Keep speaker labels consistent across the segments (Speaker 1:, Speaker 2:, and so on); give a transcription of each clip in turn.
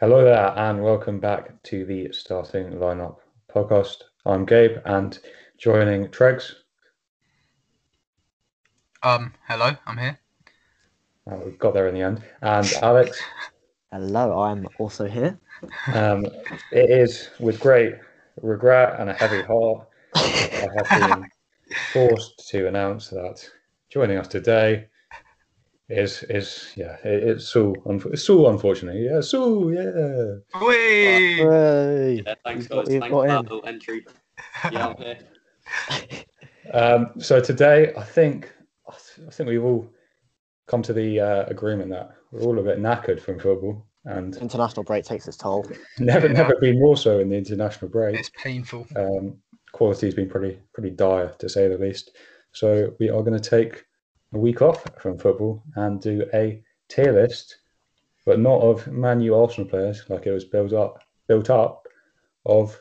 Speaker 1: Hello there, and welcome back to the Starting Lineup podcast. I'm Gabe, and joining Tregs.
Speaker 2: Um, hello, I'm here.
Speaker 1: Uh, we got there in the end, and Alex.
Speaker 3: Hello, I'm also here.
Speaker 1: Um, it is with great regret and a heavy heart that I have been forced to announce that joining us today is is yeah it, it's so unf- it's so unfortunate yeah so yeah
Speaker 2: Whee!
Speaker 3: Hooray!
Speaker 4: Yeah, thanks,
Speaker 3: We've got-
Speaker 4: guys.
Speaker 3: we've got
Speaker 4: Thanks for
Speaker 3: him.
Speaker 4: that little entry. Yeah, I'm here.
Speaker 1: Um, so today, I think I, th- I think we've all come to the uh, agreement that we're all a bit knackered from football, and
Speaker 3: International break takes its toll.
Speaker 1: never never been more so in the international break.
Speaker 2: It's painful.
Speaker 1: Um, quality's been pretty pretty dire to say the least. So we are going to take a week off from football and do a tier list, but not of Man U Arsenal players like it was built up built up of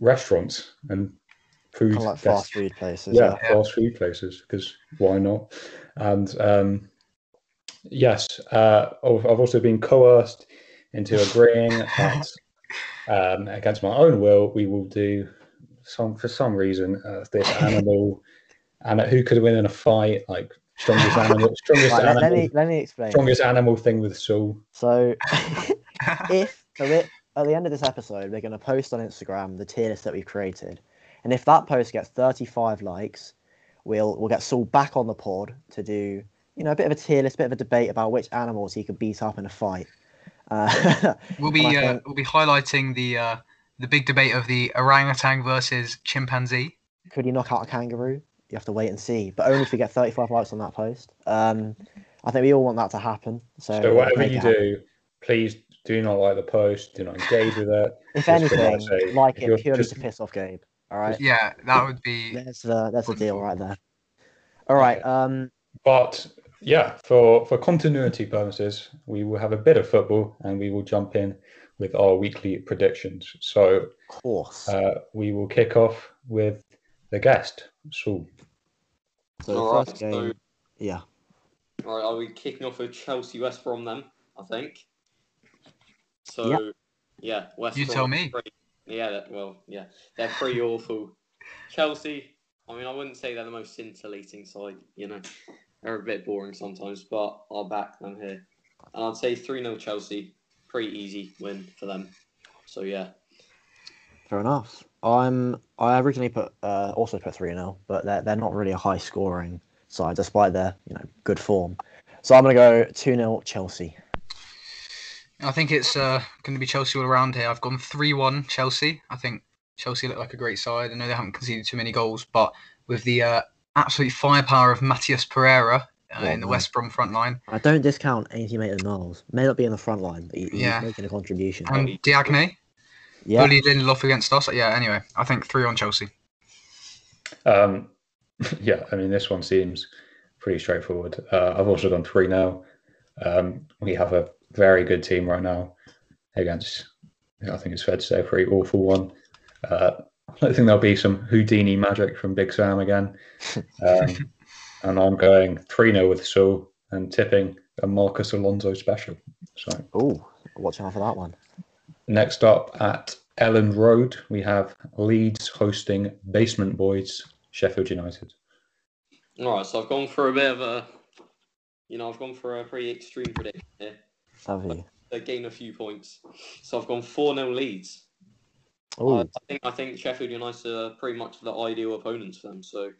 Speaker 1: restaurants and food
Speaker 3: Kind of like
Speaker 1: dest-
Speaker 3: fast food places.
Speaker 1: yeah,
Speaker 2: Yeah.
Speaker 1: fast food places because why not? And um, yes, uh, I've I've also been coerced into agreeing that um, against my own will, we will do some for some reason uh, this animal and who could win in a fight, like strongest animal, strongest
Speaker 3: Right, let,
Speaker 1: animal,
Speaker 3: let me let me explain.
Speaker 1: strongest animal thing with soul.
Speaker 3: So, if so it- at the end of this episode, we're going to post on Instagram the tier list that we've created, and if that post gets 35 likes, we'll we'll get Saul back on the pod to do you know a bit of a tier list, bit of a debate about which animals he could beat up in a fight. Uh,
Speaker 2: We'll
Speaker 3: Well,
Speaker 2: be
Speaker 3: I
Speaker 2: uh,
Speaker 3: think-
Speaker 2: we'll be highlighting the uh, the big debate of the orangutan versus chimpanzee.
Speaker 3: could he knock out a kangaroo? You have to wait and see, but only if we get 35 likes on that post. Um, I think we all want that to happen. So,
Speaker 1: So whatever
Speaker 3: make
Speaker 1: you
Speaker 3: it happen.
Speaker 1: do, please do not like the post, do not engage with it.
Speaker 3: if
Speaker 1: Just for
Speaker 3: anything,
Speaker 1: God's sake,
Speaker 3: like
Speaker 1: if you're
Speaker 3: it purely
Speaker 1: just-
Speaker 3: to piss off Gabe. All right,
Speaker 2: Yeah, that would be
Speaker 3: there's the there's the deal right there. All right,
Speaker 1: Okay.
Speaker 3: um,
Speaker 1: But yeah, for for continuity purposes, we will have a bit of football and we will jump in with our weekly predictions. So
Speaker 3: of course.
Speaker 1: uh, we will kick off with the guest, Saul.
Speaker 3: so the
Speaker 4: All right,
Speaker 3: first
Speaker 4: so,
Speaker 3: game, yeah,
Speaker 4: all right, are we kicking off with Chelsea West Brom then? I think. So, yeah, West
Speaker 2: You
Speaker 4: Brom.
Speaker 2: tell me.
Speaker 4: Pretty, yeah, that- well, yeah, they're pretty awful. Chelsea. I mean, I wouldn't say they're the most scintillating side. You know, they're a bit boring sometimes, but I'll back them here, and I'd say three 0 Chelsea. Pretty easy win for them. So yeah,
Speaker 3: fair enough. I'm I originally put uh, also put three 0 but they're they're not really a high scoring side despite their you know good form. So I'm gonna go two 0 Chelsea.
Speaker 2: I think it's uh, going to be Chelsea all around here. I've gone 3 1 Chelsea. I think Chelsea look like a great side. I know they haven't conceded too many goals, but with the uh, absolute firepower of Matias Pereira uh,
Speaker 3: Well,
Speaker 2: in the
Speaker 3: no.
Speaker 2: West Brom front line
Speaker 3: I don't discount anything he made in Miles. May not be in the front line, but he, he's
Speaker 2: Yeah.
Speaker 3: making a contribution.
Speaker 2: and
Speaker 4: he-
Speaker 2: Diagne,
Speaker 3: yeah,
Speaker 2: bullied Lindelof against us. Yeah, anyway, I think 3 on Chelsea.
Speaker 1: Um, yeah, I mean this one seems pretty straightforward. Uh, I've also done three now. Um, we have a very good team right now against, I think it's fair to say, a pretty awful one. Uh, I don't think there'll be some Houdini magic from Big Sam again. Um, and I'm going 3 0 with Saul and tipping a Marcus Alonso special. So
Speaker 3: oh, watch out for that one.
Speaker 1: next up at Ellen Road, we have Leeds hosting Basement Boys, Sheffield United.
Speaker 4: all right. So I've gone for a bit of a, you know, I've gone for a pretty extreme prediction here.
Speaker 3: Savvy.
Speaker 4: they gain a few points. So I've gone 4 0 leads. I, I
Speaker 3: Oh,
Speaker 4: think I think Sheffield United are pretty much the ideal opponents for them. So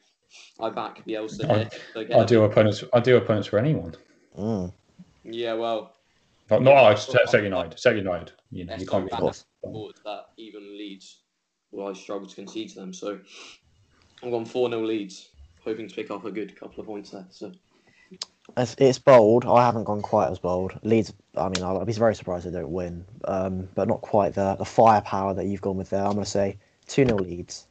Speaker 4: I back Bielsa
Speaker 1: I-
Speaker 4: here. So get a-
Speaker 1: Ideal opponents, ideal opponents for anyone.
Speaker 3: mm,
Speaker 4: Yeah, well,
Speaker 1: Not, not I say say United, say United. You know, you can't be
Speaker 3: of course.
Speaker 4: thought that even Leeds will I struggle to concede to them. So I've gone 4 0 leads, hoping to pick up a good couple of points there. So
Speaker 3: It's, it's bold. I haven't gone quite as bold. Leeds. I mean, I'll, I'll be very surprised they don't win, um, but not quite the the firepower that you've gone with there. I'm gonna say two 0 Leeds.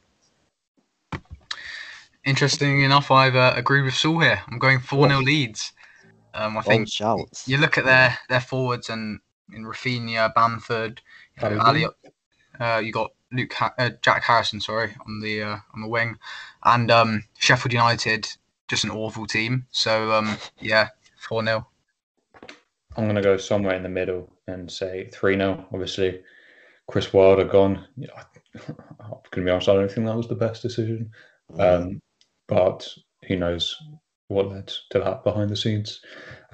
Speaker 2: Interesting enough, I've uh, agreed with Saul here. I'm going 4 0 leads. Um, I
Speaker 3: Bold
Speaker 2: think
Speaker 3: Oh, shouts.
Speaker 2: you look at their, their forwards and in Rafinha, Bamford, you know,
Speaker 1: Harry
Speaker 2: Ali, uh, you got Luke ha- uh, Jack Harrison, sorry, on the uh, on the wing, and um, Sheffield United, just an awful team. So um, yeah, four 0
Speaker 1: I'm going to go somewhere in the middle and say 3 0. Obviously, Chris Wilder gone. You know, I'm going to be honest, I don't think that was the best decision.
Speaker 3: Mm. Mm-hmm.
Speaker 1: Um, but who knows what led to that behind the scenes.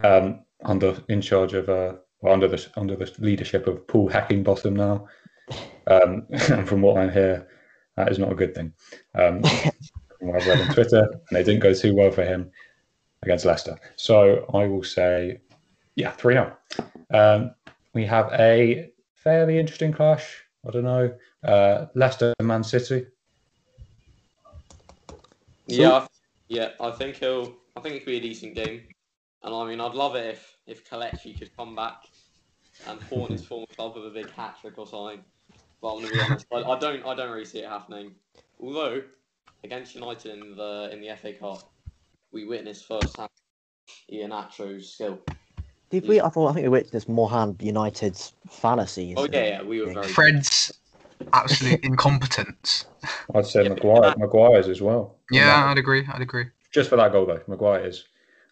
Speaker 1: Um, under in charge of uh, well, under the under the leadership of Paul Hackingbottom now. Um, and from what I hear, that is not a good thing. Um, from what I've read on Twitter, and it didn't go too well for him against Leicester. So I will say, yeah, three 0 um, We have a fairly interesting clash. I don't know, uh, Leicester and Man City.
Speaker 4: Yeah, I- yeah. I think he'll. I think it'd be a decent game, and I mean, I'd love it if if Kalechi could come back and haunt his former club with a big hat trick or something. But I'm gonna be honest, I, I don't. I don't really see it happening. Although against United in the in the FA Cup, we witnessed firsthand Ian Atro's skill.
Speaker 3: Did we? I thought I think we witnessed this Mohan United's fallacies.
Speaker 4: Oh yeah, yeah we were very.
Speaker 2: Fred's absolute incompetence.
Speaker 1: I'd say
Speaker 4: Yeah, but-
Speaker 1: Maguire, Maguire's as well.
Speaker 2: Yeah, I'd agree. I'd agree.
Speaker 1: Just for that goal though, Maguire is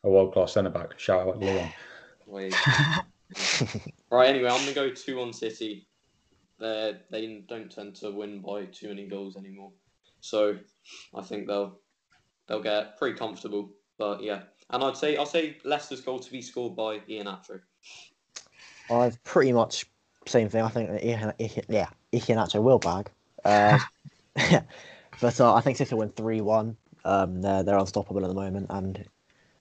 Speaker 1: a world class centre back. Shout out Leon.
Speaker 4: Wait. right, anyway, I'm gonna go two on City. They they don't tend to win by too many goals anymore, so I think they'll they'll get pretty comfortable. But yeah, and I'd say I'll say Leicester's goal to be scored by Ian Atro.
Speaker 3: I've pretty much same thing. I think that Ian, Ian, yeah, Iheanacho will bag. Uh, but uh, I think City win three one. Um, they're they're unstoppable at the moment, and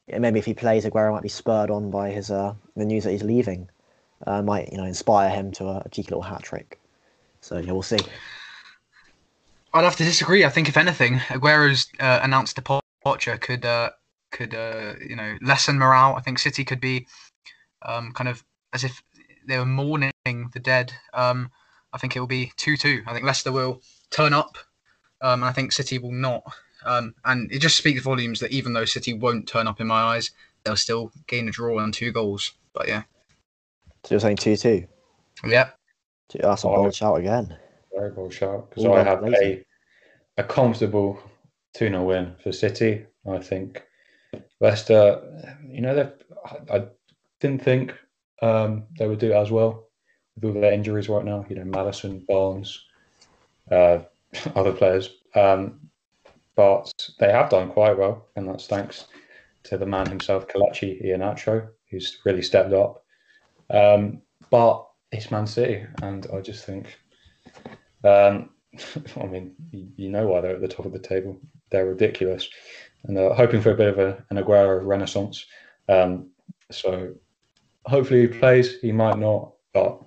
Speaker 3: yeah, maybe if he plays, Aguero might be spurred on by his uh, the news that he's leaving. Uh, might you know inspire him to a, cheeky little hat trick. So yeah, we'll see.
Speaker 2: I'd have to disagree. I think if anything, Aguero's uh, announced departure could uh, could uh, you know lessen morale. I think City could be um, kind of as if they were mourning the dead. Um, I think it will be two two. I think Leicester will turn up, um, and I think City will not. Um, and it just speaks volumes that even though City won't turn up in my eyes, they'll still gain a draw and two goals. But yeah,
Speaker 3: So you're saying two two.
Speaker 2: yeah,
Speaker 3: That's a
Speaker 1: Oh,
Speaker 3: bold shout again.
Speaker 1: Very well shout. Because
Speaker 3: Ooh,
Speaker 1: I
Speaker 3: that's
Speaker 1: have a
Speaker 3: amazing.
Speaker 1: a comfortable 2 0 win for City. I think Leicester, you know, they've- I, I didn't think um, they would do as well with all their injuries right now. You know, Madison, Barnes, uh, other players. Um, but they have done quite well, and that's thanks to the man himself, Kalachi Iheanacho, who's really stepped up. Um, but it's Man City, and I just think um, I mean, you, you know why they're at the top of the table. They're ridiculous. And they're hoping for a bit of a, an Aguero renaissance. Um, so hopefully he plays. He might not, but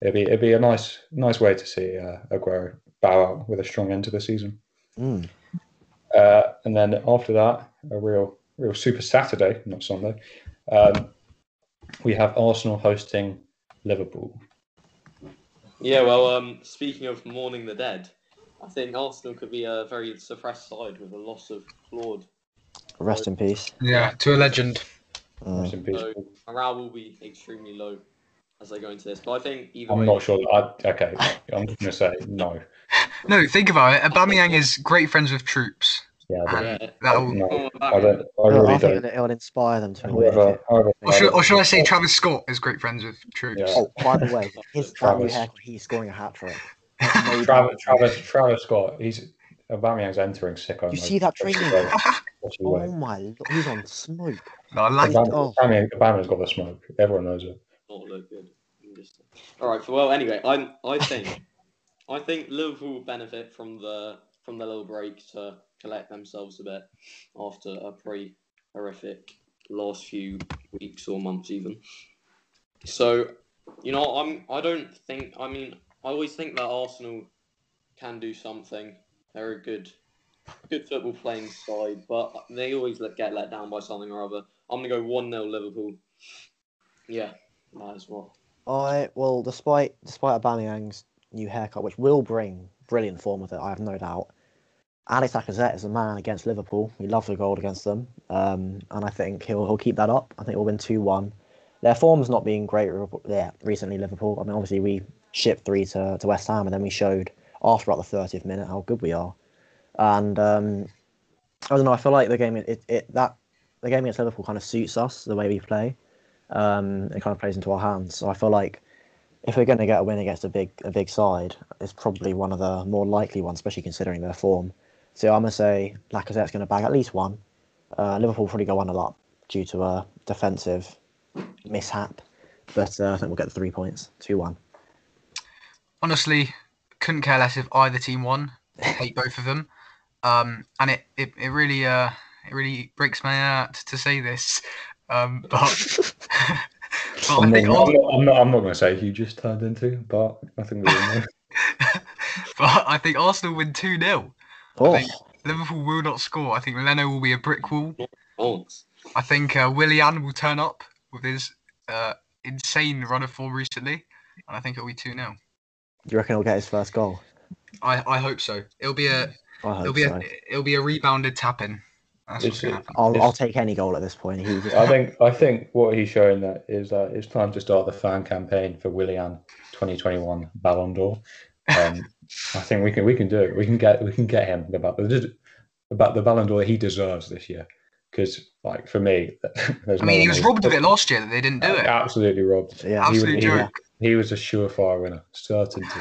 Speaker 1: it'd be, it'd be a nice nice way to see uh, Aguero bow out with a strong end to the season.
Speaker 3: Mm.
Speaker 1: Uh, and then after that, a real, real super Saturday, not Sunday. Um, we have Arsenal hosting Liverpool.
Speaker 4: Yeah, well, um, speaking of mourning the dead, I think Arsenal could be a very suppressed side with the loss of Claude.
Speaker 3: Rest in peace.
Speaker 2: yeah, to a legend.
Speaker 3: Mm.
Speaker 1: Rest in peace,
Speaker 4: So-
Speaker 1: Paul.
Speaker 4: Morale will be extremely low as they go into this, but I think either
Speaker 1: I'm
Speaker 4: way,
Speaker 1: not sure. I, okay, I'm just going to say no.
Speaker 2: No, think about it. Aubameyang is great friends with Troops,
Speaker 1: Yeah, I don't-
Speaker 2: and
Speaker 4: Yeah.
Speaker 2: that'll
Speaker 1: No,
Speaker 4: Oh,
Speaker 1: I don't. I
Speaker 3: No,
Speaker 1: really
Speaker 3: I think
Speaker 1: don't. uh,
Speaker 3: that it'll inspire them to.
Speaker 1: However, however,
Speaker 2: Or should, or should I say Travis Scott is great friends with Troops?
Speaker 1: Yeah.
Speaker 3: Oh, by the way, his that new
Speaker 1: Travis.
Speaker 3: haircut, he's scoring a hat trick.
Speaker 1: Travis, Travis, Travis Scott, he's Aubameyang's entering sicko.
Speaker 3: You see that training? Oh
Speaker 1: Aubameyang,
Speaker 3: my lord, he's on smoke.
Speaker 2: No, I like
Speaker 3: Exactly. Oh.
Speaker 1: Aubameyang's got the smoke. Everyone knows it.
Speaker 4: not Oh, look good. I'm just- All right. Well, anyway, I I think I think Liverpool will benefit from the from the little break to collect themselves a bit after a pretty horrific last few weeks or months even. So, you know, I'm I don't think I mean I always think that Arsenal can do something. They're a good good football playing side, but they always let- get let down by something or other. I'm gonna go one 0 Liverpool. Yeah, might as well.
Speaker 3: I well, despite despite Aubameyang's new haircut, which will bring brilliant form with it, I have no doubt. Alex Lacazette is the man against Liverpool. We love the goal against them, um, and I think he'll he'll keep that up. I think we'll win two one. Their form's not been great re- yeah, recently. Liverpool. I mean, obviously we shipped three to, to West Ham, and then we showed after about the thirtieth minute how good we are. And um, I don't know. I feel like the game it, it that the game against Liverpool kind of suits us the way we play um, it kind of plays into our hands. So I feel like if we're going to get a win against a big a big side, it's probably one of the more likely ones, especially considering their form. So I'm gonna say Lacazette's going to bag at least one. Uh, Liverpool probably go one a lot due to a defensive mishap, but uh, I think we'll get the three points, two one.
Speaker 2: honestly, couldn't care less if either team won. Hate both of them, um, and it, it, it really uh, it really breaks my heart to say this, um, but, but Oh, I
Speaker 1: I'm,
Speaker 2: think
Speaker 1: not,
Speaker 2: ul-
Speaker 1: I'm, not, I'm, not, I'm not going to say who you just turned into, but I think we all know.
Speaker 2: but I think Arsenal win two 0
Speaker 3: Oh,
Speaker 2: think- Liverpool will not score. I think Leno will be a brick wall.
Speaker 4: Oh,
Speaker 2: I think uh, Willian will turn up with his uh, insane run of form recently, and I think it'll be two 0
Speaker 3: you reckon he'll get his first goal?
Speaker 2: I, I hope so. It'll be a
Speaker 3: I
Speaker 2: it'll
Speaker 3: hope
Speaker 2: be
Speaker 3: so.
Speaker 2: a it'll be a rebounded tap in. That's what's
Speaker 1: It's-
Speaker 2: gonna happen.
Speaker 3: I'll, I'll
Speaker 1: it's-
Speaker 3: take any goal at this point. He just,
Speaker 2: Uh,
Speaker 1: I think I think what he's showing that is that it's time to start the fan campaign for Willian 2021 Ballon d'Or. Um, I think we can we can do it. We can get we can get him about the about the Ballon d'Or he deserves this year. Because like for me, there's no
Speaker 2: I mean, he
Speaker 1: one
Speaker 2: was
Speaker 1: who-
Speaker 2: robbed of it last year that they didn't do it.
Speaker 1: Absolutely robbed.
Speaker 3: yeah,
Speaker 1: He was-
Speaker 2: Absolute
Speaker 1: he was-
Speaker 2: joke.
Speaker 1: He was a surefire winner, certainty.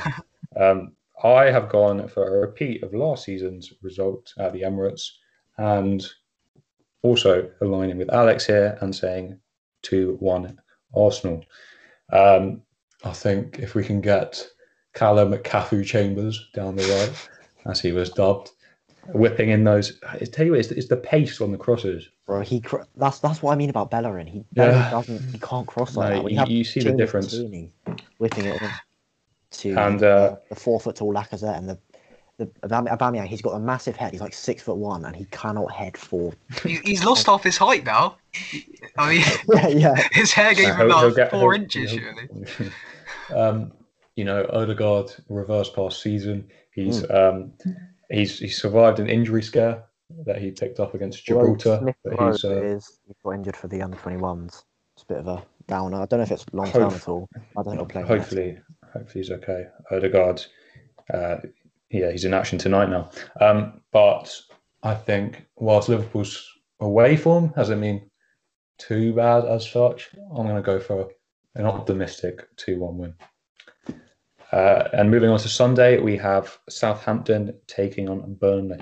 Speaker 1: um, I have gone for a repeat of last season's result at the Emirates and also aligning with Alex here and saying 2 1 Arsenal. Um, I think if we can get Callum McCaffrey Chambers down the right, as he was dubbed, whipping in those. I tell you what, it's, it's the pace on the crosses.
Speaker 3: bro. He cr- that's that's what I mean about Bellerin. He Bellerin
Speaker 1: Yeah.
Speaker 3: doesn't. He can't cross like
Speaker 1: Like,
Speaker 3: that. When
Speaker 1: you,
Speaker 3: have
Speaker 1: you see the
Speaker 3: Jamie
Speaker 1: difference.
Speaker 3: Vardy whipping it in to
Speaker 1: And,
Speaker 3: uh,
Speaker 1: uh,
Speaker 3: the four foot tall Lacazette and the the Aubame- Aubameyang. He's got a massive head. He's like six foot one, and he cannot head four.
Speaker 2: He, he's lost half his height now. I mean,
Speaker 3: yeah, yeah.
Speaker 2: his hair gave
Speaker 1: Uh,
Speaker 2: him
Speaker 1: he'll- he'll
Speaker 2: about
Speaker 1: get-
Speaker 2: 4
Speaker 1: he'll-
Speaker 2: inches,
Speaker 1: he'll-
Speaker 2: surely.
Speaker 1: um, you know, Odegaard reverse pass season. He's um, he's he's survived an injury scare that he picked up against Gibraltar.
Speaker 3: Smith
Speaker 1: But
Speaker 3: Rowe
Speaker 1: he's uh,
Speaker 3: is he got injured for the under twenty ones. It's a bit of a downer. I don't know if it's long term
Speaker 1: Hope-
Speaker 3: at all. I don't think he'll play. next.
Speaker 1: hopefully hopefully he's okay. Odegaard, uh, yeah, he's in action tonight now. Um, but I think whilst Liverpool's away form hasn't been too bad as such, I'm going to go for an optimistic two-one win. Uh, and moving on to Sunday, we have Southampton taking on Burnley.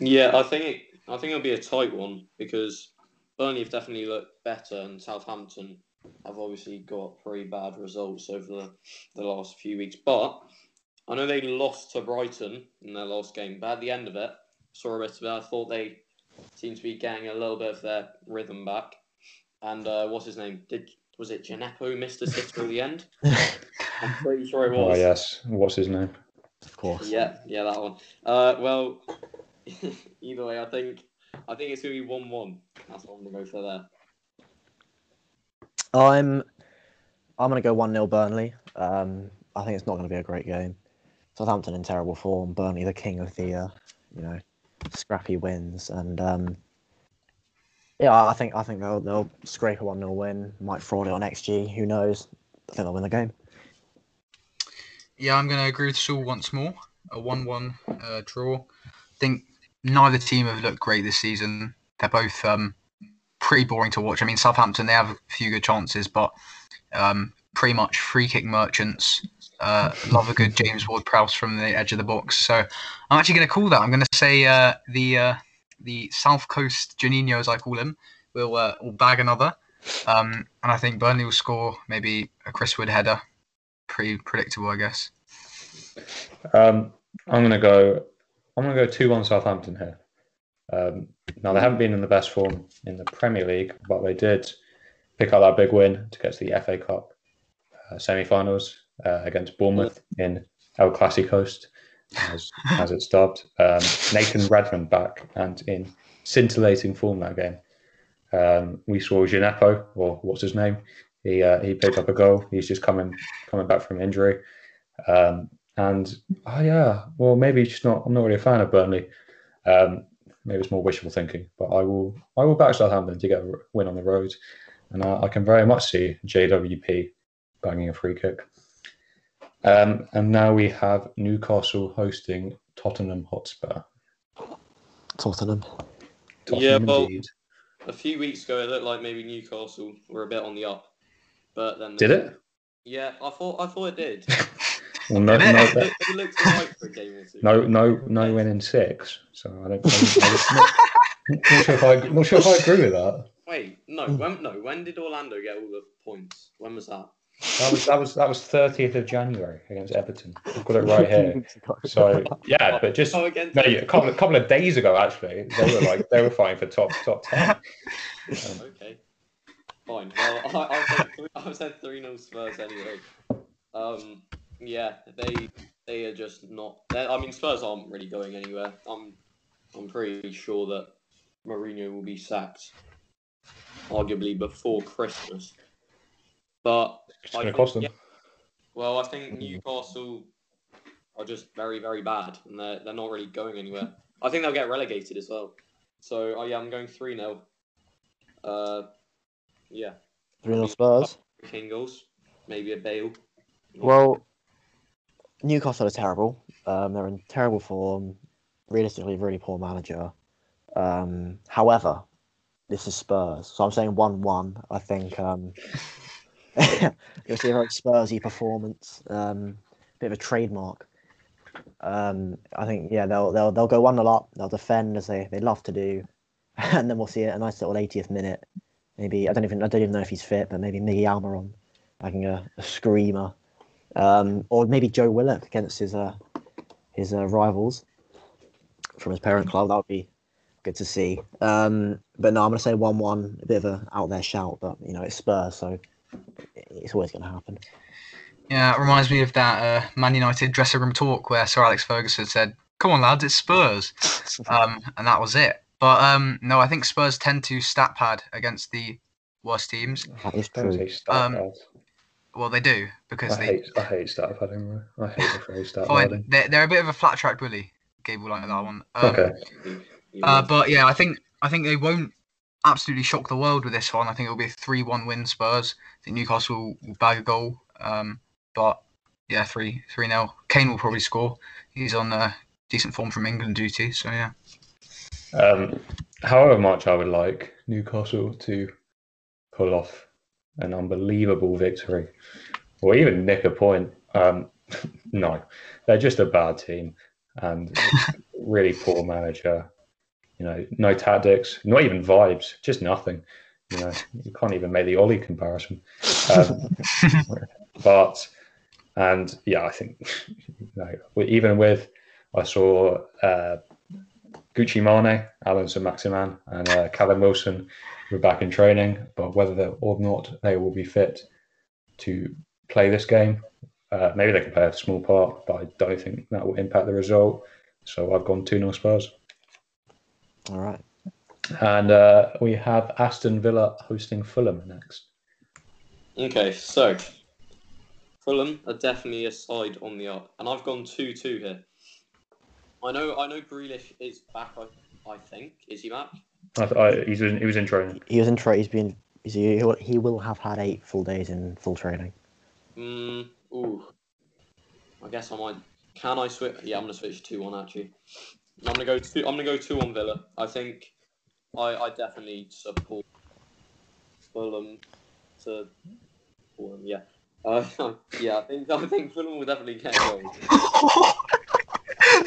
Speaker 4: Yeah, I think it, I think it'll be a tight one because Burnley have definitely looked better, and Southampton have obviously got pretty bad results over the, the last few weeks. But I know they lost to Brighton in their last game, but at the end of it, saw a bit of it. I thought they seemed to be getting a little bit of their rhythm back. And uh, what's his name? Did was it Gineppo missed a sitter at the end? I'm pretty sure it
Speaker 1: Oh
Speaker 4: was.
Speaker 1: yes, what's his name?
Speaker 3: Of course.
Speaker 4: Yeah, yeah, that one. Uh, well, either way, I think I think it's gonna be one-one. That's what I'm gonna go for there.
Speaker 3: I'm I'm gonna go one 0 Burnley. Um, I think it's not gonna be a great game. Southampton in terrible form. Burnley the king of the uh, you know scrappy wins and um, yeah, I I think I think they'll they'll scrape a one 0 win. Might fraud it on XG. Who knows? I think they'll win the game.
Speaker 2: Yeah, I'm going to agree with Saul once more. A 1 1 uh, draw. think neither team have looked great this season. They're both um, pretty boring to watch. I mean, Southampton, they have a few good chances, but um, pretty much free kick merchants. Uh, love a good James Ward Prowse from the edge of the box. So I'm actually going to call that. I'm going to say uh, the uh, the South Coast Janino, as I call him, will, uh, will bag another. Um, and I think Burnley will score maybe a Chris Wood header. Pretty predictable, I guess.
Speaker 1: Um, I'm gonna go. I'm gonna go two-one Southampton here. Um, now they haven't been in the best form in the Premier League, but they did pick up that big win to get to the FA Cup uh, semi-finals uh, against Bournemouth in El Clasicost, as, as it's dubbed. Um, Nathan Redmond back and in scintillating form that game. Um, we saw Gineppo, or what's his name? He uh, he picked up a goal. He's just coming coming back from injury. Um, and oh yeah, well maybe it's just not. I'm not really a fan of Burnley. Um, maybe it's more wishful thinking. But I will I will back Southampton to get a win on the road, and I, I can very much see JWP banging a free kick. Um, and now we have Newcastle hosting Tottenham Hotspur.
Speaker 3: Tottenham.
Speaker 1: Tottenham
Speaker 4: Yeah, well-
Speaker 1: indeed.
Speaker 4: A few weeks ago, it looked like maybe Newcastle were a bit on the up, but then
Speaker 1: Did it?
Speaker 4: Yeah, I thought I thought it did.
Speaker 1: Well, no, no,
Speaker 4: it,
Speaker 1: that-
Speaker 4: looked, it looked alright for a game or two.
Speaker 1: no, no, no winning six. So I don't. I don't- I just- not, not sure if I, not sure if I agree with that.
Speaker 4: Wait, no, when, no. When did Orlando get all the points? When was that?
Speaker 1: That was that was that was thirtieth of January against Everton. I've got it right here. So yeah, but just
Speaker 4: Oh, again.
Speaker 1: no, yeah, a couple a couple of days ago actually, they were like they were fighting for top top ten. Um,
Speaker 4: Okay. Fine. Well, I, I said three, I said three 0 Spurs anyway. Um, yeah, they they are just not. they're- I mean, Spurs aren't really going anywhere. I'm I'm pretty sure that Mourinho will be sacked, arguably before Christmas. But
Speaker 1: it's going to cost them.
Speaker 4: well, I think Newcastle are just very, very bad, and they're, they're not really going anywhere. I think they'll get relegated as well. So, oh yeah, I'm going 3 0. Uh, yeah,
Speaker 3: Three nil Spurs.
Speaker 4: Kane goals, maybe a Bale.
Speaker 3: Well, Newcastle are terrible. Um, they're in terrible form. Realistically, really poor manager. Um, however, this is Spurs, so I'm saying one-one. I think um, you'll see a very Spursy performance. Um, bit of a trademark. Um, I think yeah, they'll they'll they'll go one a lot. They'll defend as they, they love to do, and then we'll see a nice little 80th minute. Maybe I don't even I don't even know if he's fit, but maybe Miggy Almiron bagging a, a screamer um, or maybe Joe Willock against his uh, his uh, rivals from his parent club. That would be good to see. Um, but no, I'm going to say one-one, a bit of a out there shout, but you know it's Spurs, so it's always going to happen.
Speaker 2: Yeah, it reminds me of that uh, Man United dressing room talk where Sir Alex Ferguson said, "Come on, lads, it's Spurs," um, and that was it. But um, no, I think Spurs tend to stat pad against the worst teams.
Speaker 3: That is
Speaker 1: Don't
Speaker 3: true.
Speaker 1: say stat
Speaker 2: Um,
Speaker 1: pads.
Speaker 2: Well, they do because
Speaker 1: I
Speaker 2: they
Speaker 1: hate I hate stat padding. man. I hate the phrase stat
Speaker 2: fine.
Speaker 1: padding.
Speaker 2: They're, they're a bit of a flat track bully. Gabe will like that one. Um,
Speaker 1: Okay,
Speaker 2: Uh, but yeah, I think I think they won't absolutely shock the world with this one. I think it'll be a three-one win Spurs. I think Newcastle will bag a goal. Um, but yeah, three three nil. Kane will probably score. He's on uh, decent form from England duty, so yeah.
Speaker 1: Um, however much I would like Newcastle to pull off an unbelievable victory or even nick a point, um, no, they're just a bad team and really poor manager. You know, no tactics, not even vibes, just nothing. You know, you can't even make the Ollie comparison. Um, but, and yeah, I think, you know, even with, I saw uh, Gucci Mane, Alan Maximan, and uh, Callum Wilson were back in training, but whether they- or not they will be fit to play this game, uh, maybe they can play a small part, but I don't think that will impact the result. So I've gone 2 0 Spurs.
Speaker 3: All right.
Speaker 1: And uh, we have Aston Villa hosting Fulham next.
Speaker 4: Okay, so Fulham are definitely a side on the up, and I've gone two-two here. I know, I know, Grealish is back. I, I think is he back?
Speaker 1: I, th- I, he's in, he was in training.
Speaker 3: He was in trade. He's been. He's, he will- he will have had eight full days in full training.
Speaker 4: Mm, ooh, I guess I might. Can I switch? Yeah, I'm gonna switch two-one actually. I'm gonna go two. I'm gonna go two-one Villa. I think I, I definitely support Fulham to Fulham. Yeah, uh, yeah. I think I think Fulham will definitely get a goal.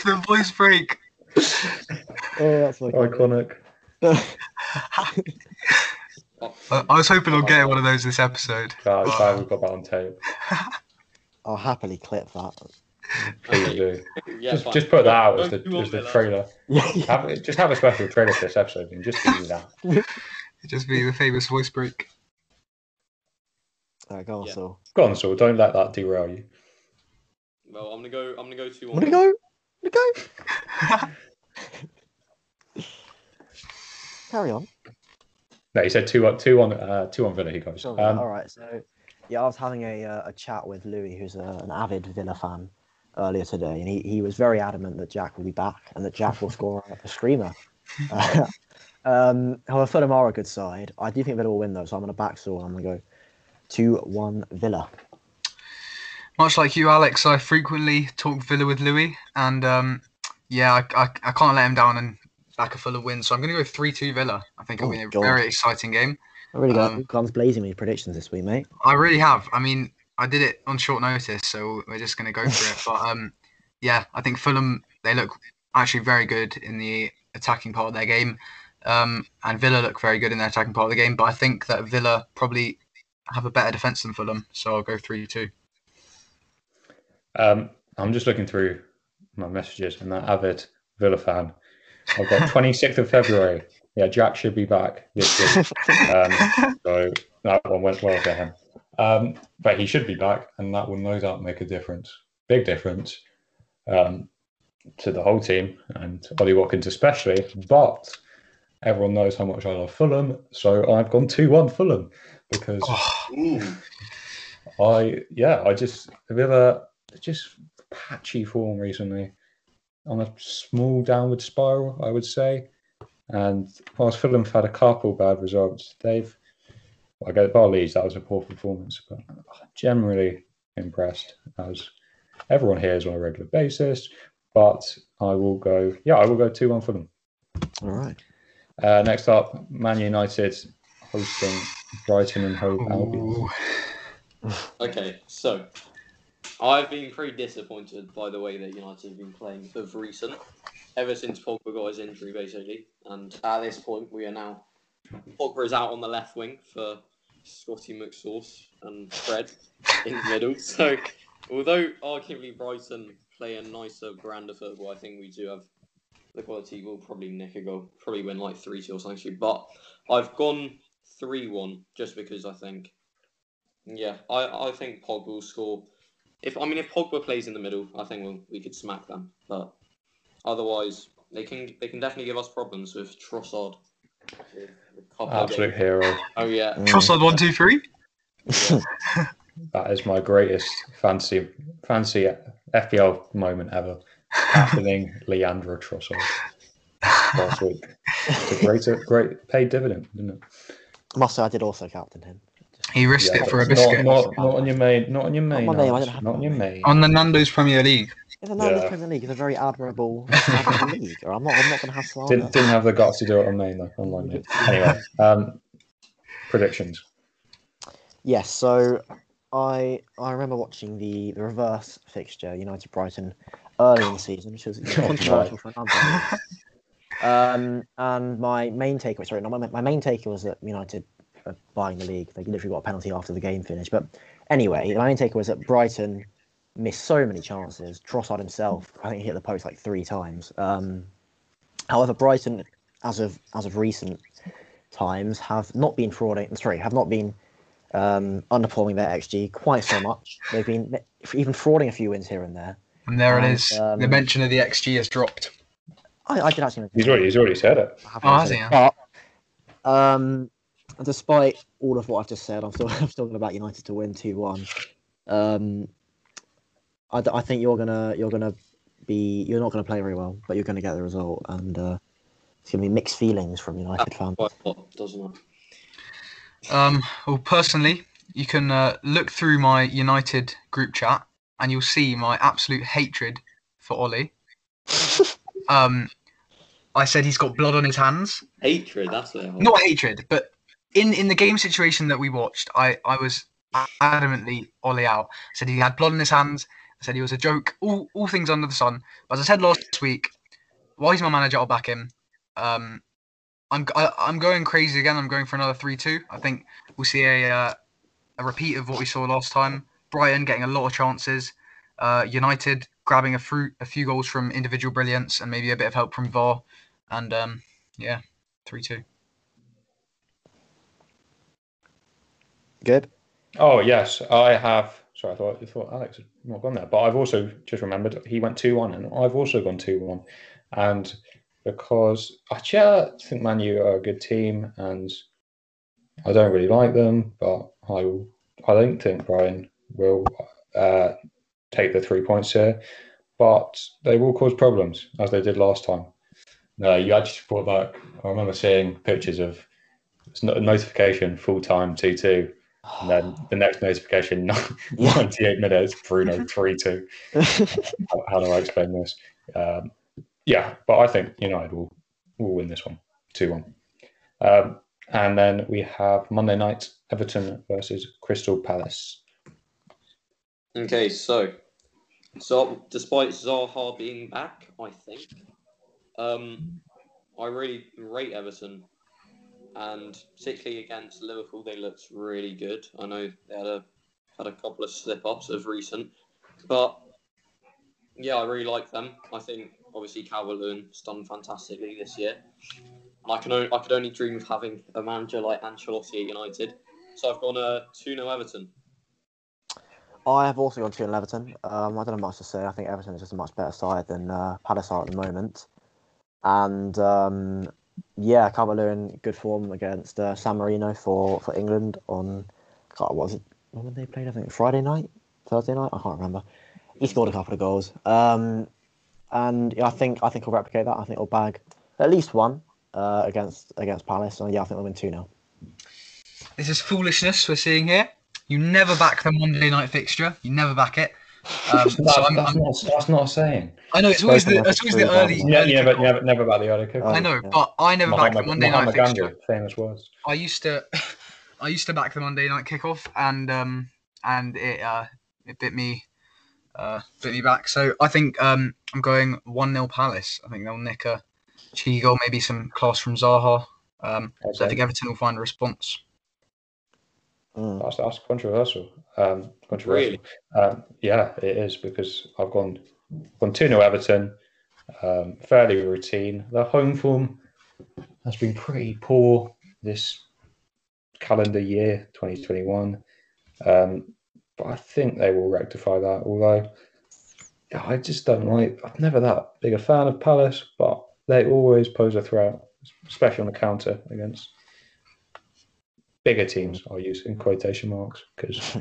Speaker 2: the voice break.
Speaker 3: Oh, that's like.
Speaker 1: Iconic.
Speaker 2: I, I was hoping I'll get one of those this episode.
Speaker 1: Glad, glad Uh, we've got that on tape.
Speaker 3: I'll happily clip that.
Speaker 1: Please do.
Speaker 4: Yeah,
Speaker 1: Just,
Speaker 4: fine.
Speaker 1: just put that out as
Speaker 4: Go
Speaker 1: the,
Speaker 4: 2-1
Speaker 1: as the
Speaker 4: Villa.
Speaker 1: trailer.
Speaker 3: Yeah,
Speaker 1: Have, just have a special trailer for this episode and just do that.
Speaker 2: It'd just be the famous voice break.
Speaker 3: All right, go on,
Speaker 4: Yeah.
Speaker 3: so.
Speaker 1: Go on, Saul. Don't let that derail you.
Speaker 4: Well, I'm gonna go. I'm gonna go two
Speaker 3: I'm
Speaker 4: one.
Speaker 3: gonna go. I'm gonna go. Carry on.
Speaker 1: No, he said 2 1 two on, uh, two on Villa, he goes.
Speaker 3: Sure,
Speaker 1: Um,
Speaker 3: all right. So, yeah, I was having a, uh, a chat with Louis, who's uh an avid Villa fan, earlier today, and he, he was very adamant that Jack will be back and that Jack will score a, a screamer. um, however, Fulham are a good side. I do think Villa will win, though, so I'm going to back Saul and I'm going to go 2 1 Villa.
Speaker 2: Much like you, Alex, I frequently talk Villa with Louis, and um, yeah, I, I, I can't let him down and back a Fuller win. So I'm going to go three-two Villa. I think it'll
Speaker 3: Oh,
Speaker 2: be a
Speaker 3: God.
Speaker 2: very exciting game.
Speaker 3: I really got
Speaker 2: Um,
Speaker 3: guns blazing with your predictions this week, mate.
Speaker 2: I really have. I mean, I did it on short notice, so we're just going to go for it. But um, yeah, I think Fulham they look actually very good in the attacking part of their game, um, and Villa look very good in their attacking part of the game. But I think that Villa probably have a better defense than Fulham, so I'll go three two.
Speaker 1: Um, I'm just looking through my messages and that avid Villa fan. I've got 26th of February. Yeah, Jack should be back this week. Um, so that one went well for him. Um, but he should be back, and that will no doubt make a difference, big difference um, to the whole team and Ollie Watkins especially. But everyone knows how much I love Fulham, so I've gone 2 1 Fulham because
Speaker 4: Ooh.
Speaker 1: I yeah, I just a bit of a just patchy form recently on a small downward spiral, I would say. And whilst Fulham have had a couple bad results, they've I go bar Leeds, that was a poor performance, but generally impressed as everyone here is on a regular basis. But I will go yeah, I will go two one Fulham.
Speaker 3: All right.
Speaker 1: Uh, next up, Man United hosting Brighton and Hove Albion.
Speaker 2: Ooh.
Speaker 4: Okay, so I've been pretty disappointed by the way that United have been playing of recent, ever since Pogba got his injury, basically. And at this point, we are now Pogba is out on the left wing for Scotty McSauce and Fred in the middle. So, although arguably Brighton play a nicer brand of football, I think we do have the quality. We'll probably nick a goal, probably win like three two or something. But I've gone three one just because I think, yeah, I I think Pogba will score. If I mean, if Pogba plays in the middle, I think we'll, we could smack them. But otherwise, they can they can definitely give us problems with Trossard. with- with Coppa
Speaker 1: Absolute
Speaker 4: getting-
Speaker 1: hero.
Speaker 4: Oh
Speaker 3: Mm.
Speaker 4: yeah.
Speaker 3: Um,
Speaker 2: Trossard one two three.
Speaker 4: Yeah.
Speaker 1: That is my greatest fancy fancy FPL moment ever. Happening Leandro Trossard last week. It's a great, a great paid dividend, isn't it?
Speaker 3: Must say, I did also captain him.
Speaker 2: He risked
Speaker 1: Yeah,
Speaker 2: it for a
Speaker 1: not-
Speaker 2: biscuit
Speaker 1: Not, not on your main, not on your main,
Speaker 3: my main, I
Speaker 1: Alex,
Speaker 3: didn't have
Speaker 1: not on
Speaker 3: one.
Speaker 1: your main.
Speaker 2: on the Nando's Premier League.
Speaker 3: It's a no
Speaker 1: Yeah.
Speaker 3: Premier League. It's a very admirable, admirable league. Or I'm not. I'm not going to have slander.
Speaker 1: Didn't, didn't have the guts to do it on main though, online main. Anyway, um, predictions.
Speaker 3: Yes, so I I remember watching the, the reverse fixture, United Brighton, early in the season, which was you know,
Speaker 1: Oh, no.
Speaker 3: controversial for a number of reasons. Um, and my main takeaway, sorry, not my, my main takeaway was that United are buying the league. They literally got a penalty after the game finished. But anyway, my main takeaway was that Brighton missed so many chances. Trossard himself, I think he hit the post like three times. Um, however, Brighton, as of as of recent times, have not been frauding. Sorry, have not been um, underperforming their XG quite so much. They've been even frauding a few wins here and there.
Speaker 2: And there it
Speaker 3: And,
Speaker 2: is.
Speaker 3: um,
Speaker 2: the mention of the XG has dropped.
Speaker 3: I, I did actually.
Speaker 1: He's already, he's already said it.
Speaker 3: I have
Speaker 2: Oh, has
Speaker 3: said
Speaker 2: he?
Speaker 3: it, But um, despite all of what I've just said, I'm still I'm still going to back United to win two one. Um, I, d- I think you're gonna you're gonna be you're not gonna play very well, but you're gonna get the result, and uh, it's gonna be mixed feelings from United fans.
Speaker 4: Quite a lot, doesn't it?
Speaker 2: Um, well, personally, you can uh, look through my United group chat and you'll see my absolute hatred for Ollie. um, I said he's got blood on his hands.
Speaker 4: Hatred, that's it.
Speaker 2: Not hatred, but in, in the game situation that we watched, I, I was adamantly Ollie out. I said he had blood on his hands. I said he was a joke. All, all things under the sun. But as I said last week, while he's my manager, I'll back him. Um, I'm I, I'm going crazy again. I'm going for another three-two. I think we'll see a uh, a repeat of what we saw last time. Brighton getting a lot of chances. Uh, United grabbing a fruit, a few goals from individual brilliance, and maybe a bit of help from VAR. And um, yeah, three-two.
Speaker 3: Good.
Speaker 1: Oh yes, I have. Sorry, I thought, I thought Alex had not gone there, but I've also just remembered he went two one, and I've also gone two one, and because I just think Man U are a good team, and I don't really like them, but I will. I don't think Brian will uh, take the three points here, but they will cause problems as they did last time. No, you actually brought back. I remember seeing pictures of it's not a notification full time two two. And then the next notification, 98 minutes, Bruno 3 2. How, how do I explain this? Um, yeah, but I think United will, will win this one 2 1. Um, and then we have Monday night, Everton versus Crystal Palace.
Speaker 4: Okay, so, so despite Zaha being back, I think um, I really rate Everton, and particularly against Liverpool, they looked really good. I know they had a had a couple of slip ups of recent, but yeah, I really like them. I think obviously Calvert Lewin's done fantastically this year, and I can only, I could only dream of having a manager like Ancelotti at United. So I've gone a two 0 Everton.
Speaker 3: I have also gone 2 0 Everton. Um, I don't have much to say. I think Everton is just a much better side than uh, Palace are at the moment. And um, yeah, Carvalho in good form against uh, San Marino for, for England on, God, what was it? When were they played? I think Friday night, Thursday night. I can't remember. He scored a couple of goals. Um, and yeah, I think I think I'll replicate that. I think I'll bag at least one uh, against against Palace. And yeah, I think we'll win 2 0.
Speaker 2: This is foolishness we're seeing here. You never back the Monday night fixture. You never back it. Um,
Speaker 1: That's,
Speaker 2: so I'm,
Speaker 1: that's
Speaker 2: I'm,
Speaker 1: not, that's not saying.
Speaker 2: I know it's always the it's always the early.
Speaker 1: No,
Speaker 2: early
Speaker 1: yeah, but
Speaker 2: kickoff.
Speaker 1: never, never about the other
Speaker 2: I
Speaker 3: Oh,
Speaker 2: know,
Speaker 3: yeah.
Speaker 2: but I never back the
Speaker 1: Mohammed,
Speaker 2: Monday night
Speaker 1: Mohammed
Speaker 2: fixture.
Speaker 1: Gandhi, famous words.
Speaker 2: I used to, I used to back the Monday night kickoff, and um, and it uh, it bit me, uh, bit me back. So I think um, I'm going one 0 Palace. I think they'll nick a cheeky goal, maybe some class from Zaha. Um, so I
Speaker 1: Okay.
Speaker 2: think Everton will find a response.
Speaker 3: Mm.
Speaker 1: That's, that's controversial. Um, controversial.
Speaker 4: Really?
Speaker 1: Um, yeah, it is because I've gone gone two 0 Everton. Um, fairly routine. Their home form has been pretty poor this calendar year, 2021. Um, but I think they will rectify that. Although yeah, I just don't like. I'm never that big a fan of Palace, but they always pose a threat, especially on the counter against bigger teams. I'll use in quotation marks because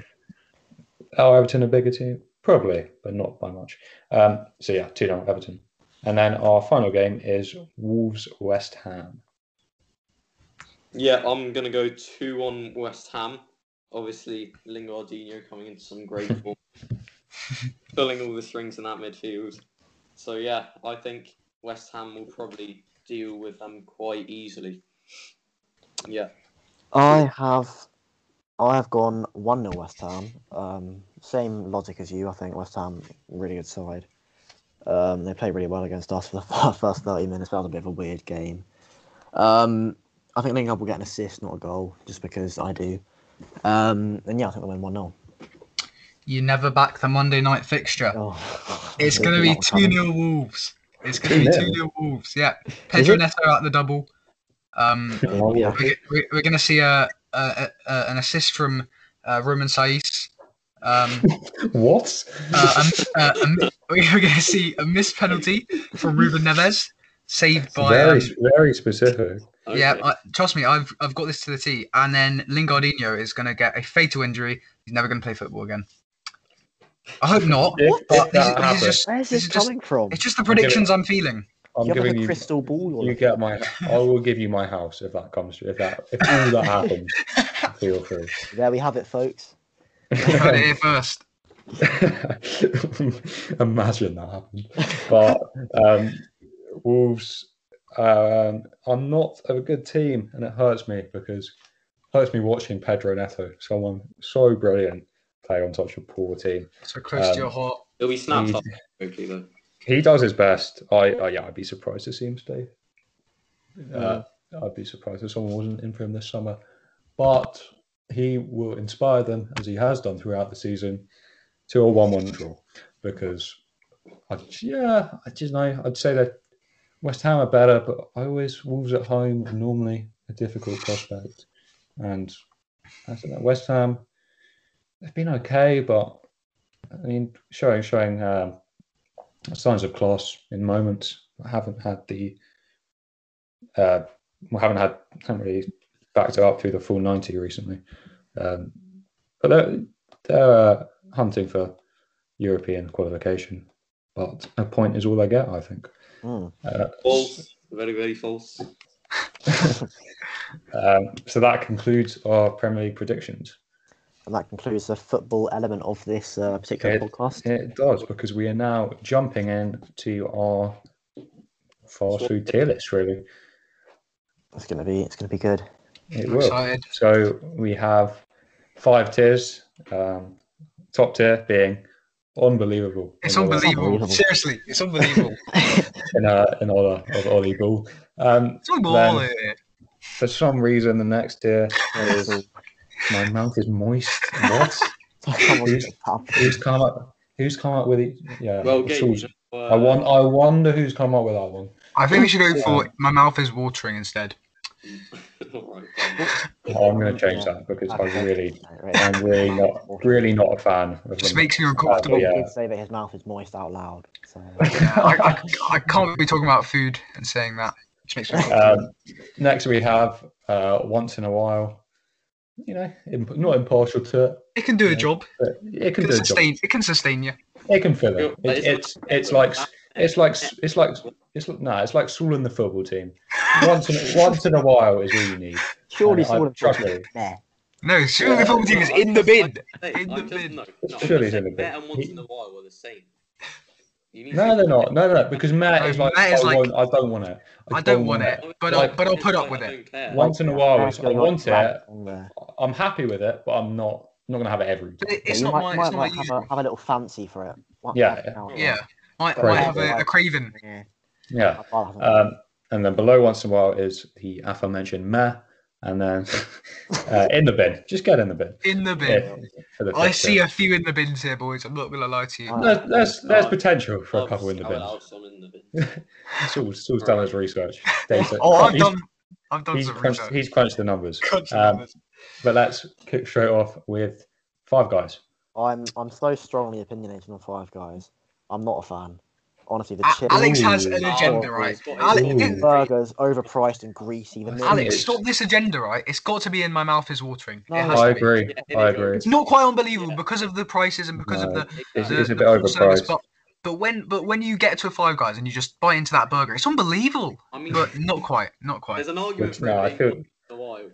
Speaker 1: are Oh, Everton a bigger team? Probably, but not by much. Um, so yeah, two 0 Everton, and then our final game is Wolves West Ham.
Speaker 4: Yeah, I'm gonna go two on West Ham. Obviously, Lingardinho coming into some great form, pulling all the strings in that midfield. So yeah, I think West Ham will probably deal with them quite easily. Yeah,
Speaker 3: I have, I have gone one 0 West Ham. Um, same logic as you, I think. West Ham, really good side. Um, they played really well against us for the fir- first thirty minutes. That was a bit of a weird game. Um, I think Lingard will get an assist, not a goal, just because I do. Um, and yeah, I think we'll win one 0
Speaker 2: You never back the Monday night fixture.
Speaker 3: Oh,
Speaker 2: It's
Speaker 3: I
Speaker 2: going to
Speaker 3: knew that
Speaker 2: be
Speaker 3: was
Speaker 2: 2 0
Speaker 3: coming.
Speaker 2: Wolves. It's going to be 2
Speaker 1: 2-0?
Speaker 2: 0 Wolves. Yeah.
Speaker 3: Is
Speaker 2: Pedro
Speaker 3: it?
Speaker 2: Neto at the double. Um,
Speaker 1: Oh yeah,
Speaker 2: we, we, we're going to see a, a, a, an assist from uh, Roman Saiz. Um,
Speaker 1: what?
Speaker 2: uh, a, a, a, we're going to see a missed penalty from Ruben Neves, saved by.
Speaker 1: very
Speaker 2: um,
Speaker 1: very specific.
Speaker 2: yeah,
Speaker 4: Okay.
Speaker 2: I, trust me, I've, I've got this to the T. And then Lingardinho is going to get a fatal injury. He's never going to play football again. I hope not.
Speaker 1: If,
Speaker 3: But
Speaker 1: if
Speaker 2: But this,
Speaker 1: that happens,
Speaker 2: is- this is just,
Speaker 3: Where's
Speaker 2: this
Speaker 3: this
Speaker 2: is just-
Speaker 3: coming from?
Speaker 2: it's just the
Speaker 1: giving-
Speaker 2: predictions I'm feeling.
Speaker 1: I'm
Speaker 3: you have like
Speaker 1: giving
Speaker 3: a
Speaker 1: you.
Speaker 3: crystal ball. You're
Speaker 1: You
Speaker 3: looking
Speaker 1: get my. I will give you my house if that comes. If that. If all that happens, feel free.
Speaker 3: at. There we have it, folks.
Speaker 2: You heard it here first.
Speaker 1: Imagine that happened. But um, Wolves um, are not a good team, and it hurts me because it hurts me watching Pedro Neto, someone so brilliant, play on such a poor team.
Speaker 2: So close
Speaker 1: Um,
Speaker 2: to your heart.
Speaker 4: It'll be snapped
Speaker 1: He,
Speaker 4: up quickly though.
Speaker 1: he does his best. I, I yeah, I'd be surprised to see him stay. Uh, I'd be surprised if someone wasn't in for him this summer. But he will inspire them, as he has done throughout the season, to a 1 1 draw. Because, I, yeah, I just know. I'd say that West Ham are better, but I always, Wolves at home, are normally a difficult prospect. And I don't know, West Ham, they've been okay, but I mean, showing, showing um, signs of class in moments. I haven't had the uh, we haven't had haven't really backed it up through the full ninety recently, um, but they're, they're uh, hunting for European qualification. But a point is all they get, I think.
Speaker 3: Mm.
Speaker 1: Uh,
Speaker 4: False, very very false.
Speaker 1: um, so that concludes our Premier League predictions.
Speaker 3: And that concludes the football element of this uh, particular
Speaker 1: It-
Speaker 3: podcast.
Speaker 1: It does because we are now jumping in to our fast food tier list. Really,
Speaker 3: It's gonna be, it's gonna be good.
Speaker 1: it
Speaker 2: I'm
Speaker 1: will.
Speaker 2: excited.
Speaker 1: So we have five tiers. Um, top tier being unbelievable. in
Speaker 2: It's
Speaker 1: all-
Speaker 2: unbelievable.
Speaker 3: unbelievable.
Speaker 2: Seriously, it's unbelievable.
Speaker 1: In, uh, in honor of Ollie Ball. Um,
Speaker 2: it's unbelievable.
Speaker 1: for some reason, the next tier is my mouth is moist. What? who's come up? Who's come up with it? Yeah.
Speaker 4: Well,
Speaker 1: it's
Speaker 4: Gabe,
Speaker 1: all-
Speaker 4: you know, uh,
Speaker 1: I want. I wonder who's come up with that one.
Speaker 2: I think we should go
Speaker 1: Yeah.
Speaker 2: for my mouth is watering instead.
Speaker 4: uh, All right, fine.
Speaker 1: I'm going to change that because I really, I'm really not, really not a fan. Of
Speaker 2: Just
Speaker 1: them.
Speaker 2: makes me uncomfortable.
Speaker 1: Oh, yeah.
Speaker 3: did say that his mouth is moist out loud. So
Speaker 2: Yeah, I, I, I can't be talking about food and saying that. Which makes me uncomfortable.
Speaker 1: Um, next, we have uh, once in a while. You know, imp- not impartial to it,
Speaker 2: it can do a
Speaker 1: yeah.
Speaker 2: job.
Speaker 1: but it
Speaker 2: It
Speaker 1: can
Speaker 2: can
Speaker 1: do a job.
Speaker 2: sustain. It can sustain you.
Speaker 1: It can fill
Speaker 4: Well,
Speaker 1: it.
Speaker 4: that
Speaker 1: It's
Speaker 4: is-
Speaker 1: it's, it's like it's like it's like it's like, nah, it's like Saul in the football team. Once in, once in a while is all you need.
Speaker 3: surely
Speaker 1: And I-
Speaker 3: sort of
Speaker 1: trust me.
Speaker 3: Meh.
Speaker 2: No, surely the football team is in the bin. In the bin.
Speaker 4: No, no,
Speaker 1: Surely it's
Speaker 4: I'm
Speaker 1: in the
Speaker 4: saying Matt
Speaker 1: bin.
Speaker 4: and once
Speaker 1: He-
Speaker 4: in a while were the same. You need
Speaker 1: No,
Speaker 4: to-
Speaker 1: they're not. No, no, no, because Matt is
Speaker 2: No,
Speaker 1: like,
Speaker 2: Matt is
Speaker 1: I,
Speaker 2: like-
Speaker 1: won't, I don't want it.
Speaker 2: I don't want it, but I'll but I'll
Speaker 4: It's
Speaker 2: put up
Speaker 4: like,
Speaker 2: with
Speaker 4: I
Speaker 2: it.
Speaker 4: don't care.
Speaker 1: Once in a while, it's, I
Speaker 3: Going on
Speaker 1: want it.
Speaker 3: rant on there.
Speaker 1: I'm happy with it, but I'm not not gonna have it every
Speaker 2: But
Speaker 1: time.
Speaker 2: it- It's
Speaker 3: you
Speaker 2: not my.
Speaker 3: might, might,
Speaker 2: It's not my
Speaker 3: might have, a,
Speaker 2: usual.
Speaker 3: have a little fancy for it. Might-
Speaker 1: Yeah,
Speaker 3: might
Speaker 1: yeah.
Speaker 3: have it.
Speaker 2: Yeah, might
Speaker 1: Crazy.
Speaker 2: might have a, a craving.
Speaker 3: Yeah.
Speaker 1: Yeah.
Speaker 3: I'd rather have it.
Speaker 1: Um, and then below once in a while is the aforementioned Matt, and then uh, in the bin. Just get in the bin.
Speaker 2: In the bin.
Speaker 1: Yeah, for the
Speaker 2: I
Speaker 1: fifth
Speaker 2: see
Speaker 1: bin.
Speaker 2: a few in the bins here, boys. I'm not gonna lie to you.
Speaker 3: Oh.
Speaker 1: There's, there's, there's
Speaker 4: Oh,
Speaker 1: potential for a
Speaker 4: I'll-
Speaker 1: couple in the
Speaker 4: I'll
Speaker 1: bin.
Speaker 4: allow some in the bin.
Speaker 1: Saul's, Saul's done his research. Data.
Speaker 2: Oh, I've
Speaker 1: he's,
Speaker 2: done. I've done
Speaker 1: he's
Speaker 2: some
Speaker 1: crunched,
Speaker 2: research.
Speaker 1: he's crunched the numbers.
Speaker 2: Crunched the
Speaker 1: Um,
Speaker 2: numbers.
Speaker 1: but let's kick straight off with Five Guys.
Speaker 3: I'm I'm so strongly opinionated on Five Guys. I'm not a fan. Honestly, the
Speaker 2: A-
Speaker 3: chips,
Speaker 2: Alex has
Speaker 1: Ooh.
Speaker 2: an
Speaker 4: Oh,
Speaker 2: agenda,
Speaker 3: Ooh.
Speaker 2: right?
Speaker 4: Ooh.
Speaker 2: Alex,
Speaker 3: burgers overpriced and greasy. The
Speaker 1: Alex,
Speaker 2: Alex,
Speaker 1: It's-
Speaker 2: stop this agenda, right? It's got to be in my mouth is watering.
Speaker 3: No.
Speaker 2: it has
Speaker 1: I
Speaker 2: to be.
Speaker 1: agree.
Speaker 4: Yeah,
Speaker 1: I
Speaker 4: it is.
Speaker 1: agree.
Speaker 2: It's not quite unbelievable
Speaker 4: Yeah.
Speaker 2: because of the prices and because of
Speaker 1: No.
Speaker 2: the
Speaker 1: It's,
Speaker 2: the-
Speaker 1: it's a
Speaker 2: the
Speaker 1: bit
Speaker 2: full service,
Speaker 1: overpriced.
Speaker 2: but but when but when you get to a Five Guys and you just bite into that burger, it's unbelievable.
Speaker 4: I mean,
Speaker 2: But not quite, not quite.
Speaker 4: there's an argument for
Speaker 1: No, I
Speaker 4: it being
Speaker 1: feel,
Speaker 4: once in a while.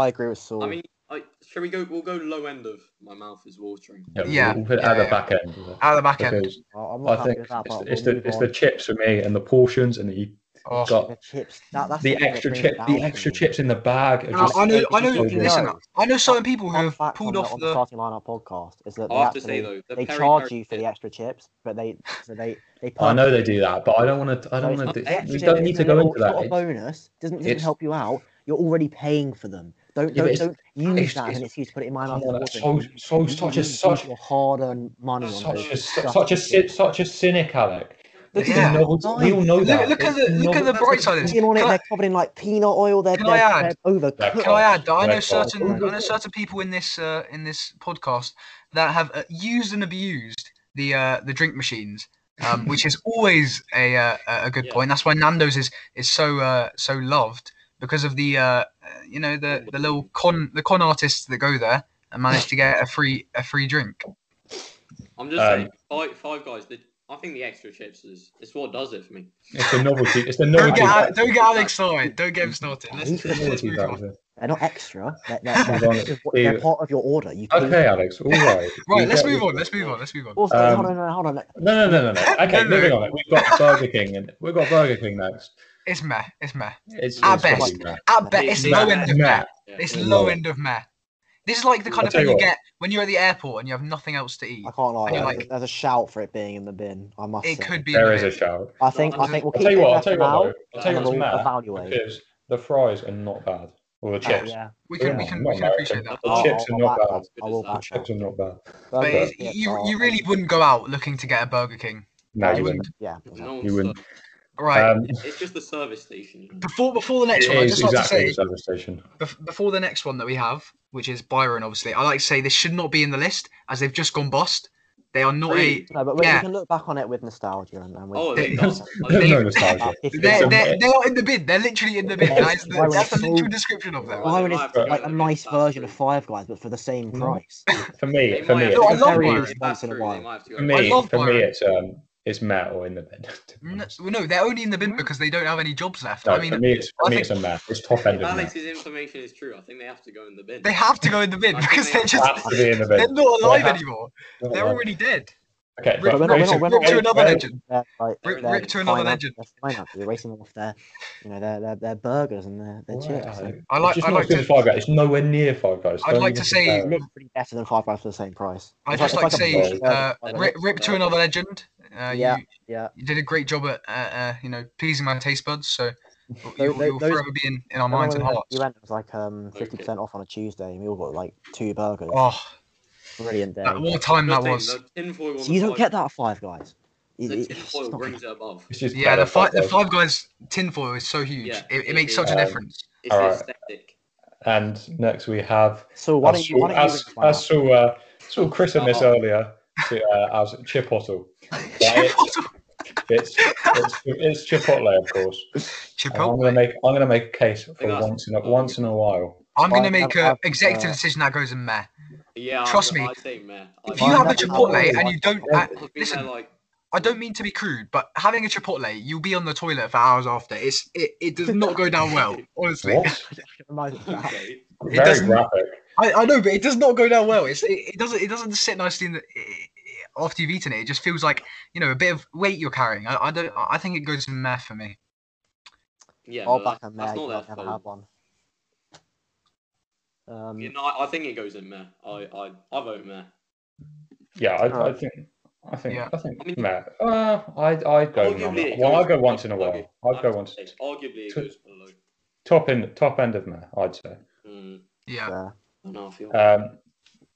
Speaker 3: I agree with Saul.
Speaker 4: I mean, I, shall we go? We'll go low end of my mouth is watering.
Speaker 1: yeah,
Speaker 2: Yeah,
Speaker 1: we'll put it at
Speaker 2: yeah,
Speaker 1: the back end. of it,
Speaker 2: Out of the back end.
Speaker 1: Because
Speaker 3: I- I'm not
Speaker 1: I
Speaker 3: happy
Speaker 1: think
Speaker 3: with that,
Speaker 1: it's,
Speaker 3: but
Speaker 1: it's,
Speaker 3: we'll
Speaker 1: the,
Speaker 3: move
Speaker 1: it's
Speaker 3: on.
Speaker 1: the chips for me and the portions and the,
Speaker 2: Oh.
Speaker 1: got-
Speaker 3: The chips. That, that's
Speaker 1: the
Speaker 3: thing that
Speaker 1: extra
Speaker 3: brings it
Speaker 1: chip,
Speaker 3: down
Speaker 1: the
Speaker 3: for
Speaker 1: extra
Speaker 3: me.
Speaker 1: chips in the bag. Are
Speaker 2: No,
Speaker 1: just,
Speaker 2: Uh, I know, I know.
Speaker 1: it's so good.
Speaker 2: Listen,
Speaker 3: No.
Speaker 2: I know certain people who
Speaker 3: Fun
Speaker 2: have
Speaker 3: fact on,
Speaker 2: pulled
Speaker 3: the-
Speaker 2: off
Speaker 3: on the
Speaker 2: the.
Speaker 3: starting lineup podcast is that they
Speaker 4: I have to say
Speaker 3: actually
Speaker 4: though, the
Speaker 3: they
Speaker 4: Perry
Speaker 3: charge
Speaker 4: Perry
Speaker 3: you for
Speaker 4: chip-
Speaker 3: the extra chips, but they so they they.
Speaker 1: I know they
Speaker 3: purposely-
Speaker 1: do that, but I don't want to. I don't
Speaker 3: So
Speaker 1: want to.
Speaker 3: it's- the
Speaker 1: We
Speaker 3: extra
Speaker 1: don't
Speaker 3: chip
Speaker 1: need
Speaker 3: is
Speaker 1: to
Speaker 3: a
Speaker 1: go
Speaker 3: little-
Speaker 1: into that.
Speaker 3: It's not a
Speaker 1: It's-
Speaker 3: bonus. Doesn't doesn't
Speaker 1: it's-
Speaker 3: help you out. You're already paying for them. Don't
Speaker 1: Yeah, but
Speaker 3: don't,
Speaker 1: it's-
Speaker 3: don't use
Speaker 1: it's-
Speaker 3: that as an
Speaker 1: it's-
Speaker 3: excuse to put it in my
Speaker 1: Come
Speaker 3: mouth.
Speaker 1: on,
Speaker 3: and
Speaker 1: that's
Speaker 3: water it.
Speaker 1: so,
Speaker 3: You-
Speaker 1: so,
Speaker 3: you
Speaker 1: such a
Speaker 3: use
Speaker 1: such,
Speaker 3: your hard-earned money on
Speaker 1: such
Speaker 3: those.
Speaker 1: a such a
Speaker 3: disgusting
Speaker 1: cy-
Speaker 3: chips.
Speaker 1: such a cynic, Alec. Look
Speaker 2: Yeah.
Speaker 1: at the novelty. We all know
Speaker 2: Look-
Speaker 1: that.
Speaker 2: look at
Speaker 1: It's
Speaker 2: the- look at the
Speaker 1: novel-
Speaker 2: bright side of this.
Speaker 3: Skin on it,
Speaker 2: Can I-
Speaker 3: they're covered in like peanut oil. They're,
Speaker 2: Can
Speaker 3: they're,
Speaker 2: I add-
Speaker 3: they're
Speaker 1: They're
Speaker 2: Can I
Speaker 1: cold.
Speaker 3: overcooked.
Speaker 2: add that I know
Speaker 1: They're cold.
Speaker 2: certain I know certain people in this uh, in this podcast that have uh, used and abused the uh, the drink machines, um, which is always a uh, a a good
Speaker 4: Yeah.
Speaker 2: point. That's why Nando's is is so uh, so loved because of the uh, uh, you know the, the little con the con artists that go there and manage to get a free a free drink.
Speaker 4: I'm just
Speaker 1: Um,
Speaker 4: saying, five, five guys. The, I think the extra chips is it's what does it for me.
Speaker 1: It's a novelty. It's the
Speaker 2: Don't
Speaker 1: novelty.
Speaker 2: get
Speaker 1: factor.
Speaker 2: Al- don't get Alex started. Don't get him started. Let's,
Speaker 1: It's the
Speaker 2: let's
Speaker 1: novelty
Speaker 2: move on.
Speaker 1: factor.
Speaker 3: They're not extra. They're, they're,
Speaker 1: Move
Speaker 3: they're,
Speaker 1: on.
Speaker 3: part of what- they're
Speaker 1: Dude.
Speaker 3: part of your order. You pay
Speaker 1: Okay, Alex. All right.
Speaker 2: Right,
Speaker 1: You
Speaker 2: let's
Speaker 1: get-
Speaker 2: move on. Let's move on. Let's move on.
Speaker 3: Also,
Speaker 1: Um,
Speaker 3: hold on, hold on.
Speaker 1: No, no, no, no, no. Okay,
Speaker 2: No, no.
Speaker 1: moving on. We've got Burger King, and we've got Burger King next.
Speaker 2: It's meh. It's meh.
Speaker 1: It's,
Speaker 2: Our
Speaker 1: it's gotta
Speaker 2: best.
Speaker 1: be Matt.
Speaker 2: I bet it's
Speaker 1: Matt,
Speaker 2: low end of meh.
Speaker 1: Matt.
Speaker 4: Yeah.
Speaker 2: It's
Speaker 1: Yeah.
Speaker 2: low
Speaker 1: Yeah.
Speaker 2: end of meh. This is like the kind
Speaker 1: I'll
Speaker 2: of
Speaker 1: tell
Speaker 2: thing
Speaker 1: you
Speaker 2: you
Speaker 1: what.
Speaker 2: get when you're at the airport and you have nothing else to eat.
Speaker 3: I can't lie.
Speaker 2: And
Speaker 3: There's,
Speaker 2: you're
Speaker 3: a-
Speaker 2: like-
Speaker 3: there's a shout for it being in the bin. I must.
Speaker 2: It
Speaker 3: say.
Speaker 2: could be. in
Speaker 1: There
Speaker 2: the
Speaker 1: is a
Speaker 2: bin.
Speaker 1: shout.
Speaker 3: I think. I
Speaker 2: I'll
Speaker 3: think we'll
Speaker 1: I'll
Speaker 3: keep
Speaker 1: tell you
Speaker 3: it
Speaker 1: what. I'll
Speaker 3: there
Speaker 1: tell you
Speaker 3: for now,
Speaker 1: what. Though. I'll tell you
Speaker 3: and
Speaker 1: what's
Speaker 3: then we'll
Speaker 1: mad
Speaker 3: evaluate.
Speaker 1: because the fries are not bad, or the
Speaker 3: Oh,
Speaker 1: chips.
Speaker 3: yeah.
Speaker 2: We can,
Speaker 1: Yeah,
Speaker 2: we can,
Speaker 1: not
Speaker 2: we can
Speaker 1: bad.
Speaker 2: appreciate that.
Speaker 1: The
Speaker 3: I'll-
Speaker 1: chips
Speaker 3: I'll-
Speaker 1: are not
Speaker 3: I'll
Speaker 1: bad.
Speaker 3: back that. I will
Speaker 4: The
Speaker 3: back
Speaker 1: The
Speaker 3: that.
Speaker 1: chips are not bad.
Speaker 2: But
Speaker 1: Okay.
Speaker 3: Burgers,
Speaker 2: it's,
Speaker 3: yeah,
Speaker 2: you,
Speaker 3: are-
Speaker 2: you really wouldn't go out looking to get a Burger King.
Speaker 1: No,
Speaker 2: I
Speaker 1: you wouldn't.
Speaker 3: Yeah.
Speaker 4: No
Speaker 1: You
Speaker 4: one's
Speaker 1: wouldn't.
Speaker 2: Right.
Speaker 1: Um,
Speaker 4: It's just the service station. you know.
Speaker 2: before before the next
Speaker 1: it
Speaker 2: one, I
Speaker 1: is
Speaker 2: just like
Speaker 1: exactly
Speaker 2: to
Speaker 1: the
Speaker 2: say
Speaker 1: service station.
Speaker 2: bef- before the next one that we have, which is Byron, obviously. I like to say this should not be in the list as they've just gone bust. They are not a.
Speaker 4: Really?
Speaker 3: No, but we,
Speaker 2: Yeah.
Speaker 3: we can look back on it with nostalgia and, and with. uh,
Speaker 4: Oh,
Speaker 2: they-
Speaker 4: they,
Speaker 1: There's
Speaker 4: are
Speaker 1: there's
Speaker 4: they-
Speaker 1: no nostalgia.
Speaker 3: about 50
Speaker 2: They're,
Speaker 1: It's a-
Speaker 2: they're, they are in the bid. They're literally in the bid. That is the,
Speaker 3: Byron
Speaker 2: that's the
Speaker 3: is so-
Speaker 2: literal description of them.
Speaker 4: Wow.
Speaker 3: Byron is
Speaker 4: I'll have to go
Speaker 3: like a
Speaker 4: with it.
Speaker 3: nice
Speaker 4: That's
Speaker 3: version
Speaker 4: true.
Speaker 3: of Five Guys, but for the same
Speaker 1: Mm.
Speaker 3: price.
Speaker 1: For
Speaker 4: they
Speaker 1: me, for
Speaker 4: might
Speaker 1: me, it's-
Speaker 2: No, I
Speaker 4: have to go
Speaker 2: love
Speaker 4: back
Speaker 2: Byron.
Speaker 4: through.
Speaker 3: Once in a
Speaker 4: They
Speaker 3: while.
Speaker 4: might have to go
Speaker 1: for
Speaker 4: back.
Speaker 1: me,
Speaker 2: love
Speaker 1: for me,
Speaker 2: Byron.
Speaker 1: it's um, it's Matt or in the bin. to be
Speaker 2: No,
Speaker 1: honest.
Speaker 2: well, no, they're only in the bin because they don't have any jobs left.
Speaker 1: No,
Speaker 2: I mean,
Speaker 1: for me, it's for
Speaker 2: I
Speaker 1: me,
Speaker 2: think-
Speaker 1: it's a Matt. It's top end
Speaker 4: If
Speaker 1: of Matt.
Speaker 4: Alex's information is true, I think they have to go in the bin.
Speaker 2: They have to go in the bin
Speaker 4: I
Speaker 2: because they're
Speaker 4: think they
Speaker 2: just
Speaker 1: Has to be in the
Speaker 2: they're
Speaker 1: bin.
Speaker 2: not alive
Speaker 1: have-
Speaker 2: anymore.
Speaker 1: Not
Speaker 2: They're
Speaker 1: alive.
Speaker 2: already dead.
Speaker 1: Okay, but
Speaker 2: Rip-
Speaker 3: we're not- we're not-
Speaker 1: racing-
Speaker 3: we're
Speaker 2: Rip to
Speaker 3: not-
Speaker 2: another legend.
Speaker 3: They're, like,
Speaker 2: Rip-
Speaker 3: they're
Speaker 2: rip to another
Speaker 3: fine up-
Speaker 2: legend.
Speaker 3: They're fine up. You're racing them off their, you know, their their, their burgers and their, their chips.
Speaker 1: Wow.
Speaker 3: It's
Speaker 2: I like.
Speaker 1: It's just
Speaker 2: I
Speaker 1: not
Speaker 2: like
Speaker 1: as good as
Speaker 2: to.
Speaker 1: Five Guys. It's nowhere near Five Guys.
Speaker 2: I'd
Speaker 1: Don't
Speaker 2: like
Speaker 1: even
Speaker 2: to say-
Speaker 1: compare it.
Speaker 3: literally better than Five Guys for the same price.
Speaker 2: I
Speaker 3: It's
Speaker 2: just like to
Speaker 3: it's a
Speaker 2: say,
Speaker 1: ball.
Speaker 3: burger.
Speaker 2: uh, rip, rip to another legend. Uh,
Speaker 3: Yeah.
Speaker 2: you,
Speaker 3: Yeah,
Speaker 2: you did a great job at uh, uh, you know pleasing my taste buds, so you'll,
Speaker 3: Tho-
Speaker 2: you'll,
Speaker 3: tho-
Speaker 2: you'll
Speaker 3: those-
Speaker 2: forever be in, in our
Speaker 3: Remember
Speaker 2: minds
Speaker 3: when
Speaker 2: and
Speaker 3: we went-
Speaker 2: hearts.
Speaker 3: we went, it was like um fifty percent off on a Tuesday, and we all got like two burgers.
Speaker 2: Oh,
Speaker 3: Brilliant day.
Speaker 2: that, what a time that
Speaker 4: Nothing,
Speaker 2: was!
Speaker 4: the tinfoil on
Speaker 3: So
Speaker 4: the
Speaker 3: you don't
Speaker 4: side-
Speaker 3: get that at Five Guys. It-
Speaker 4: The
Speaker 3: it- it's
Speaker 4: tinfoil
Speaker 3: not-
Speaker 4: brings it above.
Speaker 1: It's just
Speaker 2: Yeah, the
Speaker 1: better than
Speaker 2: five, the
Speaker 1: Guys.
Speaker 2: Five Guys tinfoil is so huge.
Speaker 4: Yeah,
Speaker 2: it, it
Speaker 4: it
Speaker 2: makes
Speaker 4: is.
Speaker 2: such a
Speaker 1: Um,
Speaker 2: difference.
Speaker 4: It's
Speaker 1: All
Speaker 4: the
Speaker 1: right.
Speaker 4: aesthetic.
Speaker 1: And next we have
Speaker 3: so why don't you? Why don't you
Speaker 1: as
Speaker 3: ring one up?
Speaker 1: as saw uh, saw Chris in this
Speaker 4: Oh.
Speaker 1: earlier to, uh, as Chipotle.
Speaker 2: Chipotle.
Speaker 1: It's it's it's Chipotle, of course. And I'm gonna
Speaker 2: Chipotle.
Speaker 1: make I'm gonna make a case
Speaker 4: Big
Speaker 1: for
Speaker 4: ass.
Speaker 1: once in a, once in a while.
Speaker 2: I'm going to
Speaker 3: Five-
Speaker 2: make
Speaker 3: I've-
Speaker 2: an
Speaker 3: I've,
Speaker 2: executive
Speaker 3: uh,
Speaker 2: decision that goes in meh.
Speaker 4: Yeah,
Speaker 2: Trust
Speaker 4: I,
Speaker 2: me,
Speaker 4: I say meh. I,
Speaker 2: If
Speaker 3: Five
Speaker 2: you have a
Speaker 3: Guys- I've already
Speaker 2: Chipotle and you
Speaker 3: watched
Speaker 2: don't,
Speaker 3: it.
Speaker 2: I,
Speaker 4: I've been
Speaker 2: listen,
Speaker 4: there like
Speaker 2: I don't mean to be crude, but having a Chipotle, you'll be on the toilet for hours after. It's it, it does not go down well, honestly.
Speaker 1: What?
Speaker 3: Reminds me of that.
Speaker 4: okay.
Speaker 1: Very
Speaker 2: doesn't-
Speaker 1: graphic.
Speaker 2: I, I know, but it does not go down well. It's it, it doesn't it doesn't sit nicely in the, i- i- after you've eaten it. It just feels like you know a bit of weight you're carrying. I, I don't. I think it goes in meh for me.
Speaker 4: Yeah,
Speaker 3: I'll
Speaker 4: but
Speaker 3: back
Speaker 4: that,
Speaker 3: a Meg.
Speaker 4: that's not
Speaker 3: I've
Speaker 4: their
Speaker 3: never
Speaker 4: fault.
Speaker 3: had one. Um,
Speaker 4: You know, I, I think it goes in meh. I, I, I vote meh.
Speaker 1: Yeah, I, I
Speaker 3: Alright.
Speaker 1: think I think
Speaker 2: Yeah.
Speaker 1: I think
Speaker 4: mean-
Speaker 1: Matt. Uh, I I'd go. on
Speaker 4: Arguably,
Speaker 1: that.
Speaker 4: it
Speaker 1: Well, I'll
Speaker 4: goes-
Speaker 1: go once in a
Speaker 4: Okay,
Speaker 1: while.
Speaker 4: I
Speaker 1: I'd go
Speaker 4: have
Speaker 1: once.
Speaker 4: to say, Arguably, it
Speaker 1: Two-
Speaker 4: goes below.
Speaker 1: Top end top end of Matt, I'd say.
Speaker 4: Mm,
Speaker 2: Yeah.
Speaker 3: yeah.
Speaker 4: I know, I feel.
Speaker 1: Um,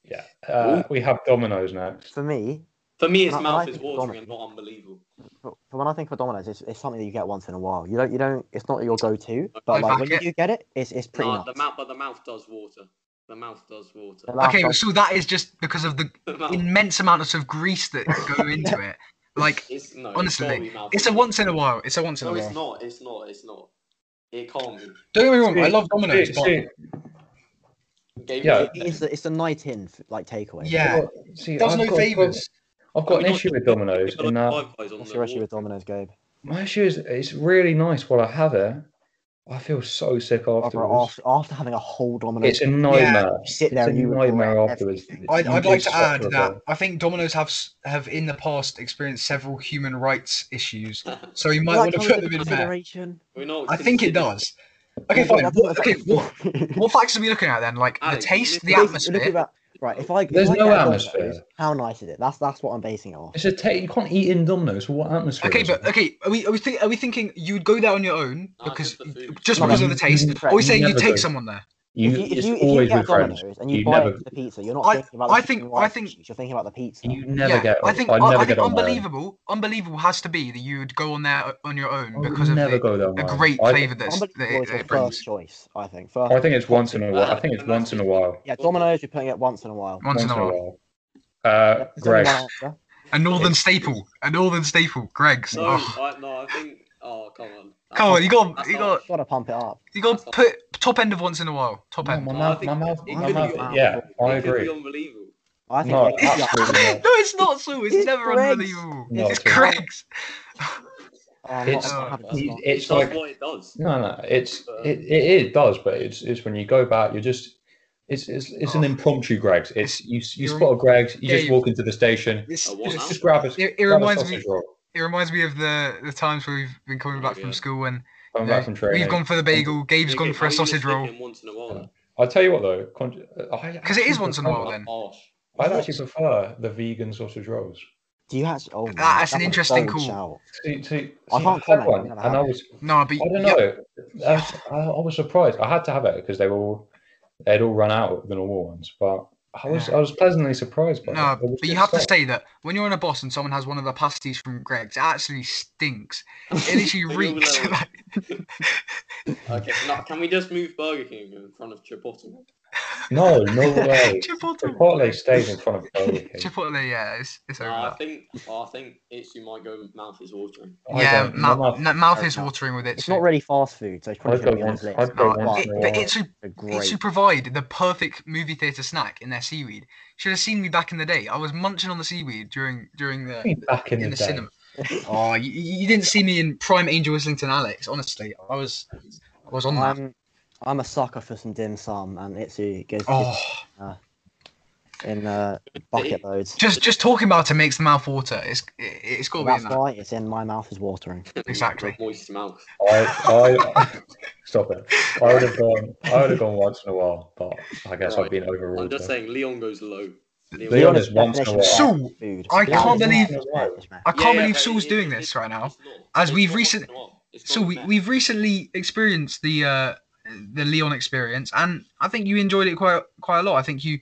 Speaker 1: yeah. Uh, we have Domino's next.
Speaker 3: For me,
Speaker 4: For me, his
Speaker 3: I- I
Speaker 4: mouth
Speaker 3: like
Speaker 4: is
Speaker 3: it
Speaker 4: watering
Speaker 3: dominant.
Speaker 4: and not unbelievable.
Speaker 3: for, for when I think of Domino's, it's, it's something that you get once in a while. You don't, you don't. It's not your go-to, but
Speaker 2: I
Speaker 3: like when
Speaker 2: back
Speaker 3: you do get it, it's it's pretty
Speaker 4: Nah,
Speaker 3: nice.
Speaker 4: Uh, the mouth, but the mouth does water. The mouth does water.
Speaker 3: The mouth-
Speaker 2: Okay,
Speaker 3: I've-
Speaker 2: so that is just because of the
Speaker 4: The mouth-
Speaker 2: immense amounts of grease that go into it. Like
Speaker 4: it's, no,
Speaker 2: honestly,
Speaker 4: it's, gotta be mouth
Speaker 2: it's a
Speaker 4: water.
Speaker 2: once in a while. It's a once in a
Speaker 4: No, it's
Speaker 2: while.
Speaker 4: not. It's not. It's not. It can't be.
Speaker 2: Don't get me wrong. I love
Speaker 1: See,
Speaker 2: Domino's, but
Speaker 1: see,
Speaker 4: Game
Speaker 1: Yeah.
Speaker 4: of-
Speaker 3: It- it's a, it's a night in f- like takeaway.
Speaker 2: yeah,
Speaker 1: well, see,
Speaker 2: it does
Speaker 1: I've
Speaker 2: no
Speaker 1: got a
Speaker 2: favors.
Speaker 1: prob- I've got
Speaker 4: I
Speaker 1: an
Speaker 4: mean,
Speaker 1: issue
Speaker 4: not-
Speaker 1: with Domino's in uh, that
Speaker 4: Five Guys on
Speaker 3: What's
Speaker 4: the
Speaker 3: your issue
Speaker 4: wall.
Speaker 3: with Domino's, Gabe?
Speaker 1: my issue is it's really nice while I have it. I feel so sick
Speaker 3: After,
Speaker 1: afterwards.
Speaker 3: after, after having a whole Domino's,
Speaker 1: It's a nightmare.
Speaker 3: you sit
Speaker 1: It's
Speaker 3: there
Speaker 1: a
Speaker 3: and you regret
Speaker 1: nightmare afterwards.
Speaker 3: everything.
Speaker 2: I'd,
Speaker 1: You
Speaker 2: I'd like
Speaker 1: just
Speaker 2: to
Speaker 1: suffer
Speaker 2: add
Speaker 1: about
Speaker 2: that
Speaker 1: it.
Speaker 2: I think Domino's have s- have in the past experienced several human rights issues, so you might
Speaker 3: Does
Speaker 2: want
Speaker 3: that
Speaker 2: to
Speaker 3: come
Speaker 2: put
Speaker 3: into
Speaker 2: them in there.
Speaker 3: consideration?
Speaker 4: We're not
Speaker 2: I think it
Speaker 4: considering-
Speaker 2: does. Okay,
Speaker 3: Yeah, but
Speaker 2: fine.
Speaker 3: that
Speaker 2: What,
Speaker 3: doesn't
Speaker 2: okay,
Speaker 3: affect
Speaker 2: what,
Speaker 3: me.
Speaker 2: what facts are we looking at then? Like the
Speaker 4: Alex,
Speaker 2: taste, the
Speaker 4: listen-
Speaker 3: Basically, look at
Speaker 2: atmosphere.
Speaker 3: that. Right, if I if
Speaker 1: There's
Speaker 3: I
Speaker 1: no
Speaker 3: get a
Speaker 1: atmosphere.
Speaker 3: Domino's, how nice is it? That's that's what I'm basing it on.
Speaker 1: It's a ta- you can't eat in Domino's. What atmosphere?
Speaker 2: Okay,
Speaker 1: is
Speaker 2: but
Speaker 1: it?
Speaker 2: okay, are we are we, think, are we thinking you'd go there on your own
Speaker 4: Nah,
Speaker 2: because
Speaker 4: just the food.
Speaker 2: just
Speaker 3: No,
Speaker 2: because
Speaker 1: you-
Speaker 2: of the taste?
Speaker 1: you-
Speaker 2: Are we saying you
Speaker 1: never
Speaker 2: take
Speaker 1: go.
Speaker 2: someone there?
Speaker 1: You,
Speaker 3: if you, if
Speaker 1: it's
Speaker 3: you, if you
Speaker 1: always
Speaker 3: get
Speaker 1: with friends.
Speaker 3: Domino's and you,
Speaker 1: You
Speaker 3: buy
Speaker 1: never-
Speaker 3: into the pizza, you're not
Speaker 2: I-
Speaker 3: thinking about
Speaker 2: I
Speaker 3: the
Speaker 2: think-
Speaker 3: chicken
Speaker 2: I
Speaker 3: rice
Speaker 2: think-
Speaker 3: issues, you're thinking about the pizza.
Speaker 1: You never
Speaker 2: yeah,
Speaker 1: get.
Speaker 2: I think
Speaker 1: I never
Speaker 2: I think
Speaker 1: get on my own.
Speaker 2: unbelievable, unbelievable has to be that you would go on there on your
Speaker 1: I
Speaker 2: own
Speaker 1: would
Speaker 2: because of
Speaker 1: never
Speaker 2: the,
Speaker 1: go down
Speaker 2: the
Speaker 1: my own.
Speaker 2: great
Speaker 1: I-
Speaker 2: flavour that's- that
Speaker 3: Unbelievable
Speaker 2: it,
Speaker 3: is your
Speaker 2: it brings.
Speaker 3: first choice, I think. First,
Speaker 1: I think it's once in a while. I think it's
Speaker 4: That's-
Speaker 1: once in a while.
Speaker 3: yeah, Domino's, you putting it once in a while.
Speaker 2: Once in a while,
Speaker 1: Uh,
Speaker 3: That's only
Speaker 1: Greg,
Speaker 3: one answer.
Speaker 2: a northern staple, a northern staple. Greg's.
Speaker 4: No,
Speaker 2: Oh.
Speaker 4: I, no, I think. Oh, come on.
Speaker 2: Come on, you got
Speaker 4: that's
Speaker 2: you
Speaker 4: not-
Speaker 2: got
Speaker 3: Gotta pump it up.
Speaker 2: you got put top end of once in a while. Top
Speaker 1: No,
Speaker 2: end.
Speaker 1: my
Speaker 2: No,
Speaker 4: I
Speaker 1: mouth, my
Speaker 4: think
Speaker 1: mouth,
Speaker 4: it
Speaker 1: my
Speaker 4: could
Speaker 1: mouth.
Speaker 4: be
Speaker 3: awful.
Speaker 1: Yeah, I
Speaker 4: It could be
Speaker 1: agree.
Speaker 4: unbelievable.
Speaker 3: I think
Speaker 1: No,
Speaker 3: it's- yeah,
Speaker 1: absolutely not.
Speaker 2: it's not Sue. It's,
Speaker 3: It's
Speaker 2: never
Speaker 3: Greg's.
Speaker 2: unbelievable.
Speaker 1: No,
Speaker 2: it's
Speaker 1: it's not.
Speaker 2: Craig's.
Speaker 3: I'm not-
Speaker 1: It's-
Speaker 3: I'm not having this
Speaker 1: you-
Speaker 3: one.
Speaker 1: it's
Speaker 4: it does
Speaker 1: like
Speaker 4: what it does.
Speaker 1: no, no. It's
Speaker 4: Uh,
Speaker 1: it, it, it does, but it's it's when you go back, you're just. It's, it's, it's an
Speaker 2: Oh.
Speaker 1: impromptu Greg's. It's you you
Speaker 2: You're-
Speaker 1: spot a Greg's. You
Speaker 2: yeah,
Speaker 1: just
Speaker 2: you-
Speaker 1: walk into the station.
Speaker 2: It's,
Speaker 4: A
Speaker 1: Just,
Speaker 4: Wow.
Speaker 1: just grab a,
Speaker 2: it, it
Speaker 1: grab a
Speaker 2: reminds me.
Speaker 1: sausage roll.
Speaker 2: It reminds me of the the times where we've been coming
Speaker 4: Oh,
Speaker 2: back from
Speaker 4: yeah.
Speaker 2: school and
Speaker 1: Coming
Speaker 2: you know,
Speaker 1: back from training.
Speaker 2: we've gone for the bagel. Gabe's
Speaker 4: Okay,
Speaker 2: gone for
Speaker 4: how
Speaker 2: a
Speaker 4: are you gonna
Speaker 2: sausage
Speaker 4: stick
Speaker 2: roll.
Speaker 4: in Once in a while.
Speaker 1: I'll tell you what though, because
Speaker 2: Because it is once in a while then.
Speaker 4: Harsh.
Speaker 1: I'd actually prefer the vegan sausage rolls.
Speaker 3: Do you actually? Oh, man,
Speaker 2: Ah, That's an
Speaker 3: a
Speaker 2: interesting
Speaker 3: bold
Speaker 2: call.
Speaker 3: shout.
Speaker 1: See, see,
Speaker 3: I
Speaker 1: see,
Speaker 3: can't
Speaker 1: had
Speaker 3: comment, I've
Speaker 1: one,
Speaker 3: never
Speaker 1: and
Speaker 3: had
Speaker 1: I
Speaker 3: it.
Speaker 1: was,
Speaker 2: No, but
Speaker 1: I don't
Speaker 2: yeah,
Speaker 1: know. That's- I, I was surprised. I had to have it because they were all, they'd all run out of the normal ones. But I was,
Speaker 2: Yeah.
Speaker 1: I was pleasantly surprised by it.
Speaker 2: no,
Speaker 1: It was
Speaker 2: but you
Speaker 1: good
Speaker 2: have to
Speaker 1: stuff.
Speaker 2: say that when you're in a boss and someone has one of the pasties from Greg's, it actually stinks. It literally
Speaker 4: But you'll
Speaker 2: reeks.
Speaker 4: know. Okay, now, can we just move Burger King in front of Chipotle?
Speaker 1: No, no way. Chipotle
Speaker 2: Chipotle.
Speaker 1: stays in front of Burger King.
Speaker 2: Chipotle, yeah, it's, it's over.
Speaker 4: Nah, I
Speaker 2: that.
Speaker 4: think I think it's you might go mouth is watering.
Speaker 1: I
Speaker 2: yeah,
Speaker 1: don't- my
Speaker 2: mouth,
Speaker 1: mouth-
Speaker 2: na- mouth is
Speaker 3: fair enough.
Speaker 2: watering with it.
Speaker 3: It's
Speaker 2: too.
Speaker 3: not really fast food, so it's probably
Speaker 1: I'd
Speaker 3: going to
Speaker 1: go
Speaker 3: be on
Speaker 1: once-
Speaker 3: the list.
Speaker 1: I'd go
Speaker 2: No,
Speaker 1: once
Speaker 2: it,
Speaker 1: in a
Speaker 2: but
Speaker 1: while.
Speaker 2: it's a
Speaker 3: But it's
Speaker 2: It's
Speaker 3: great.
Speaker 2: to provide the perfect movie theater snack in their seaweed. Should have seen me back in the day. I was munching on the seaweed during during
Speaker 1: I
Speaker 2: the
Speaker 1: mean, Back in,
Speaker 2: in
Speaker 1: the
Speaker 2: the
Speaker 1: day,
Speaker 2: cinema. Oh, you, you didn't see me in prime Angel Islington, Alex. Honestly, I was I was on that.
Speaker 3: I'm I'm a sucker for some dim sum, and it's a- it goes.
Speaker 2: Oh,
Speaker 3: uh, in uh, bucket loads.
Speaker 2: Just just talking about it makes the mouth water. It's it, it's got to be in
Speaker 3: That's
Speaker 2: that.
Speaker 3: why it's in my mouth is watering.
Speaker 2: Exactly.
Speaker 4: Moist mouth.
Speaker 1: I, I stop it. I would have gone. I would have gone once in a while, but I guess I've
Speaker 4: Right.
Speaker 1: been
Speaker 4: I'm
Speaker 1: overruled.
Speaker 4: just
Speaker 1: there.
Speaker 4: saying, Leon goes low.
Speaker 1: Leon Leon is once in a while.
Speaker 2: So
Speaker 3: Food.
Speaker 2: I
Speaker 3: That
Speaker 2: can't
Speaker 3: is
Speaker 2: believe-
Speaker 3: not a definition.
Speaker 2: I
Speaker 4: Yeah,
Speaker 2: can't
Speaker 4: yeah,
Speaker 2: believe
Speaker 4: but
Speaker 2: Sean's
Speaker 4: it-
Speaker 2: doing
Speaker 4: it-
Speaker 2: this right now.
Speaker 4: it's not.
Speaker 2: As
Speaker 4: It's
Speaker 2: we've
Speaker 4: not
Speaker 2: recent-
Speaker 4: once in a while. It's
Speaker 2: So
Speaker 4: not
Speaker 2: we
Speaker 4: fair.
Speaker 2: we've recently experienced the uh, the Leon experience, and I think you enjoyed it quite quite a lot. I think you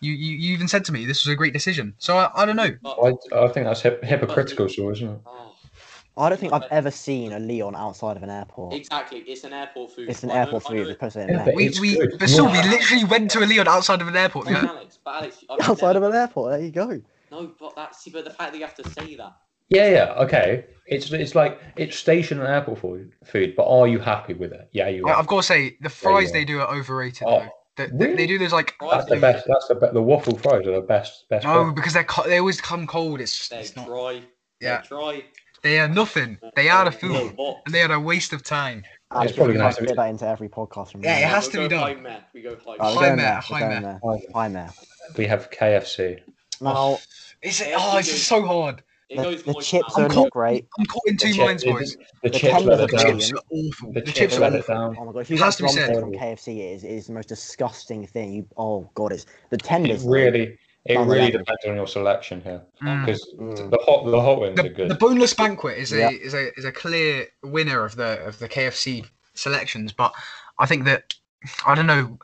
Speaker 2: you you, you even said to me this was a great decision. So I, I don't know.
Speaker 4: But-
Speaker 1: I, I think that's hip, hypocritical, so isn't it?
Speaker 4: oh,
Speaker 3: I don't think I've ever seen a Leon outside of an airport.
Speaker 4: Oh, exactly. It's an airport food.
Speaker 3: It's an
Speaker 4: I know-
Speaker 3: airport
Speaker 4: I
Speaker 3: food.
Speaker 4: know
Speaker 3: It's
Speaker 4: it-
Speaker 3: supposed to be
Speaker 1: Yeah,
Speaker 3: in
Speaker 1: but
Speaker 3: there.
Speaker 2: We
Speaker 1: It's
Speaker 2: we
Speaker 1: good.
Speaker 2: but so we
Speaker 4: Yeah.
Speaker 2: literally went to a Leon outside of an airport.
Speaker 4: Right,
Speaker 2: Yeah.
Speaker 4: Alex, but Alex, I've
Speaker 3: outside of
Speaker 4: never-
Speaker 3: an airport. There you go.
Speaker 4: No, but that's see, but the fact that you have to say that.
Speaker 1: Yeah, yeah, okay. It's it's like it's station and apple food, food, but are you happy with it? Yeah, you
Speaker 2: I,
Speaker 1: are.
Speaker 2: I've got to say the fries
Speaker 1: are.
Speaker 2: they do are overrated.
Speaker 1: Oh,
Speaker 2: though. They, they-
Speaker 1: really?
Speaker 2: they do those like
Speaker 4: Fries
Speaker 1: that's the
Speaker 4: are-
Speaker 1: best. That's the be- the waffle fries are the best. Best.
Speaker 2: no
Speaker 1: fries.
Speaker 2: because they're co- they always come cold. It's, just-
Speaker 4: They're
Speaker 2: it's not.
Speaker 4: dry.
Speaker 2: Yeah.
Speaker 4: They're dry.
Speaker 2: They are nothing. They are the
Speaker 4: They're not
Speaker 2: food,
Speaker 4: hot.
Speaker 2: and they are a waste of time.
Speaker 3: Alex,
Speaker 1: probably
Speaker 3: you're
Speaker 1: gonna have to
Speaker 3: fit
Speaker 1: be-
Speaker 3: that into every podcast from
Speaker 2: Yeah,
Speaker 3: now
Speaker 2: it
Speaker 3: on.
Speaker 2: has
Speaker 4: We'll
Speaker 2: to be
Speaker 4: go
Speaker 2: done.
Speaker 4: high meh, We go high
Speaker 3: Right, we're
Speaker 4: meh.
Speaker 3: going
Speaker 2: High
Speaker 3: there.
Speaker 2: meh,
Speaker 3: We're
Speaker 2: high
Speaker 3: going
Speaker 2: meh.
Speaker 3: there. High meh.
Speaker 1: we have KFC.
Speaker 2: Oh,
Speaker 3: Now,
Speaker 2: It's oh, it's so hard.
Speaker 4: It
Speaker 3: the,
Speaker 4: goes
Speaker 3: the
Speaker 4: moist
Speaker 3: chips
Speaker 4: mouth.
Speaker 3: are
Speaker 2: I'm cool.
Speaker 3: not great.
Speaker 2: I'm caught in two
Speaker 1: chi-
Speaker 2: minds,
Speaker 1: the-
Speaker 2: boys.
Speaker 1: The,
Speaker 3: The
Speaker 1: chips
Speaker 3: tenders
Speaker 1: let
Speaker 3: are
Speaker 1: it
Speaker 2: The
Speaker 3: brilliant.
Speaker 1: down.
Speaker 2: chips are awful.
Speaker 1: The
Speaker 2: The,
Speaker 1: chips
Speaker 2: chips
Speaker 1: let
Speaker 2: are
Speaker 1: it down.
Speaker 3: Oh my god, if you
Speaker 2: It
Speaker 3: got
Speaker 2: has to be
Speaker 3: drumstick
Speaker 1: said.
Speaker 3: from KFC, it is, it is the most disgusting thing. You, oh god, it's the
Speaker 1: It
Speaker 3: tenders. though.
Speaker 1: really, it
Speaker 3: Sounds
Speaker 1: really
Speaker 3: like that.
Speaker 1: depends on your selection here,
Speaker 2: Mm.
Speaker 1: because
Speaker 3: Mm.
Speaker 1: the hot, the hot ones are
Speaker 2: the,
Speaker 1: good.
Speaker 2: the boneless banquet is a
Speaker 3: Yeah.
Speaker 2: is a is a clear winner of the of the KFC selections, but I think that I don't know.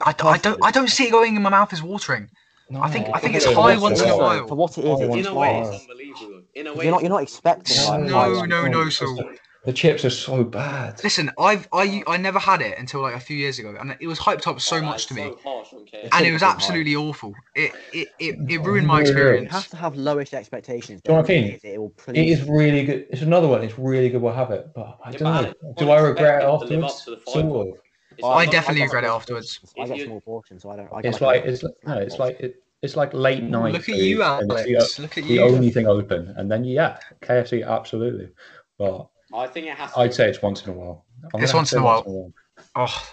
Speaker 2: I, I don't I don't see it going in my mouth as watering.
Speaker 1: No,
Speaker 2: I think I think
Speaker 1: think
Speaker 2: it's
Speaker 1: it
Speaker 2: high
Speaker 1: was
Speaker 2: once in a
Speaker 1: also-
Speaker 2: while.
Speaker 3: For what it is,
Speaker 1: Oh,
Speaker 3: it's
Speaker 4: In a way,
Speaker 3: hard.
Speaker 4: it's unbelievable. In a way,
Speaker 3: You're not
Speaker 4: it's
Speaker 3: you're not expecting
Speaker 1: No,
Speaker 3: like
Speaker 2: No,
Speaker 3: high
Speaker 2: no,
Speaker 3: ones.
Speaker 2: no,
Speaker 1: it's
Speaker 2: so-
Speaker 1: just- the chips are so bad.
Speaker 2: Listen, I've I I never had it until like a few years ago, and it was hyped up so
Speaker 4: Oh, that
Speaker 2: much
Speaker 4: is
Speaker 2: to me,
Speaker 4: So harsh on KFC.
Speaker 2: and it was
Speaker 3: High.
Speaker 2: absolutely awful. It it, it it ruined my
Speaker 1: Really?
Speaker 3: You
Speaker 2: experience.
Speaker 3: have to have lowest expectations.
Speaker 1: Do you know
Speaker 3: but
Speaker 1: what I
Speaker 3: if
Speaker 1: mean?
Speaker 3: It, is, it will
Speaker 1: It
Speaker 3: please.
Speaker 1: is really good. It's another one. It's really good. We'll have it, but I don't
Speaker 4: Yeah, but
Speaker 1: know.
Speaker 4: Alex,
Speaker 1: Do I
Speaker 4: what do you
Speaker 1: regret it
Speaker 4: expect it to live up
Speaker 1: afterwards?
Speaker 4: to the fight?
Speaker 1: Sort of.
Speaker 4: It's
Speaker 2: I
Speaker 4: like-
Speaker 2: definitely
Speaker 3: I
Speaker 2: regret it
Speaker 3: guess-
Speaker 2: afterwards.
Speaker 3: I get
Speaker 4: you-
Speaker 3: small portions, so I don't. I get
Speaker 1: It's like it's
Speaker 3: little
Speaker 1: no. It's
Speaker 3: snack
Speaker 1: like it, it's like late night.
Speaker 2: Look at
Speaker 1: food,
Speaker 2: you,
Speaker 1: and it's the-
Speaker 2: Alex. Look at
Speaker 1: the
Speaker 2: you.
Speaker 1: only thing open, and then yeah, KFC absolutely. But
Speaker 4: I think it has to.
Speaker 1: I'd say it's once in a while. I'm gonna
Speaker 2: It's
Speaker 1: have
Speaker 2: once
Speaker 1: to
Speaker 2: in
Speaker 1: say
Speaker 2: a while. Oh,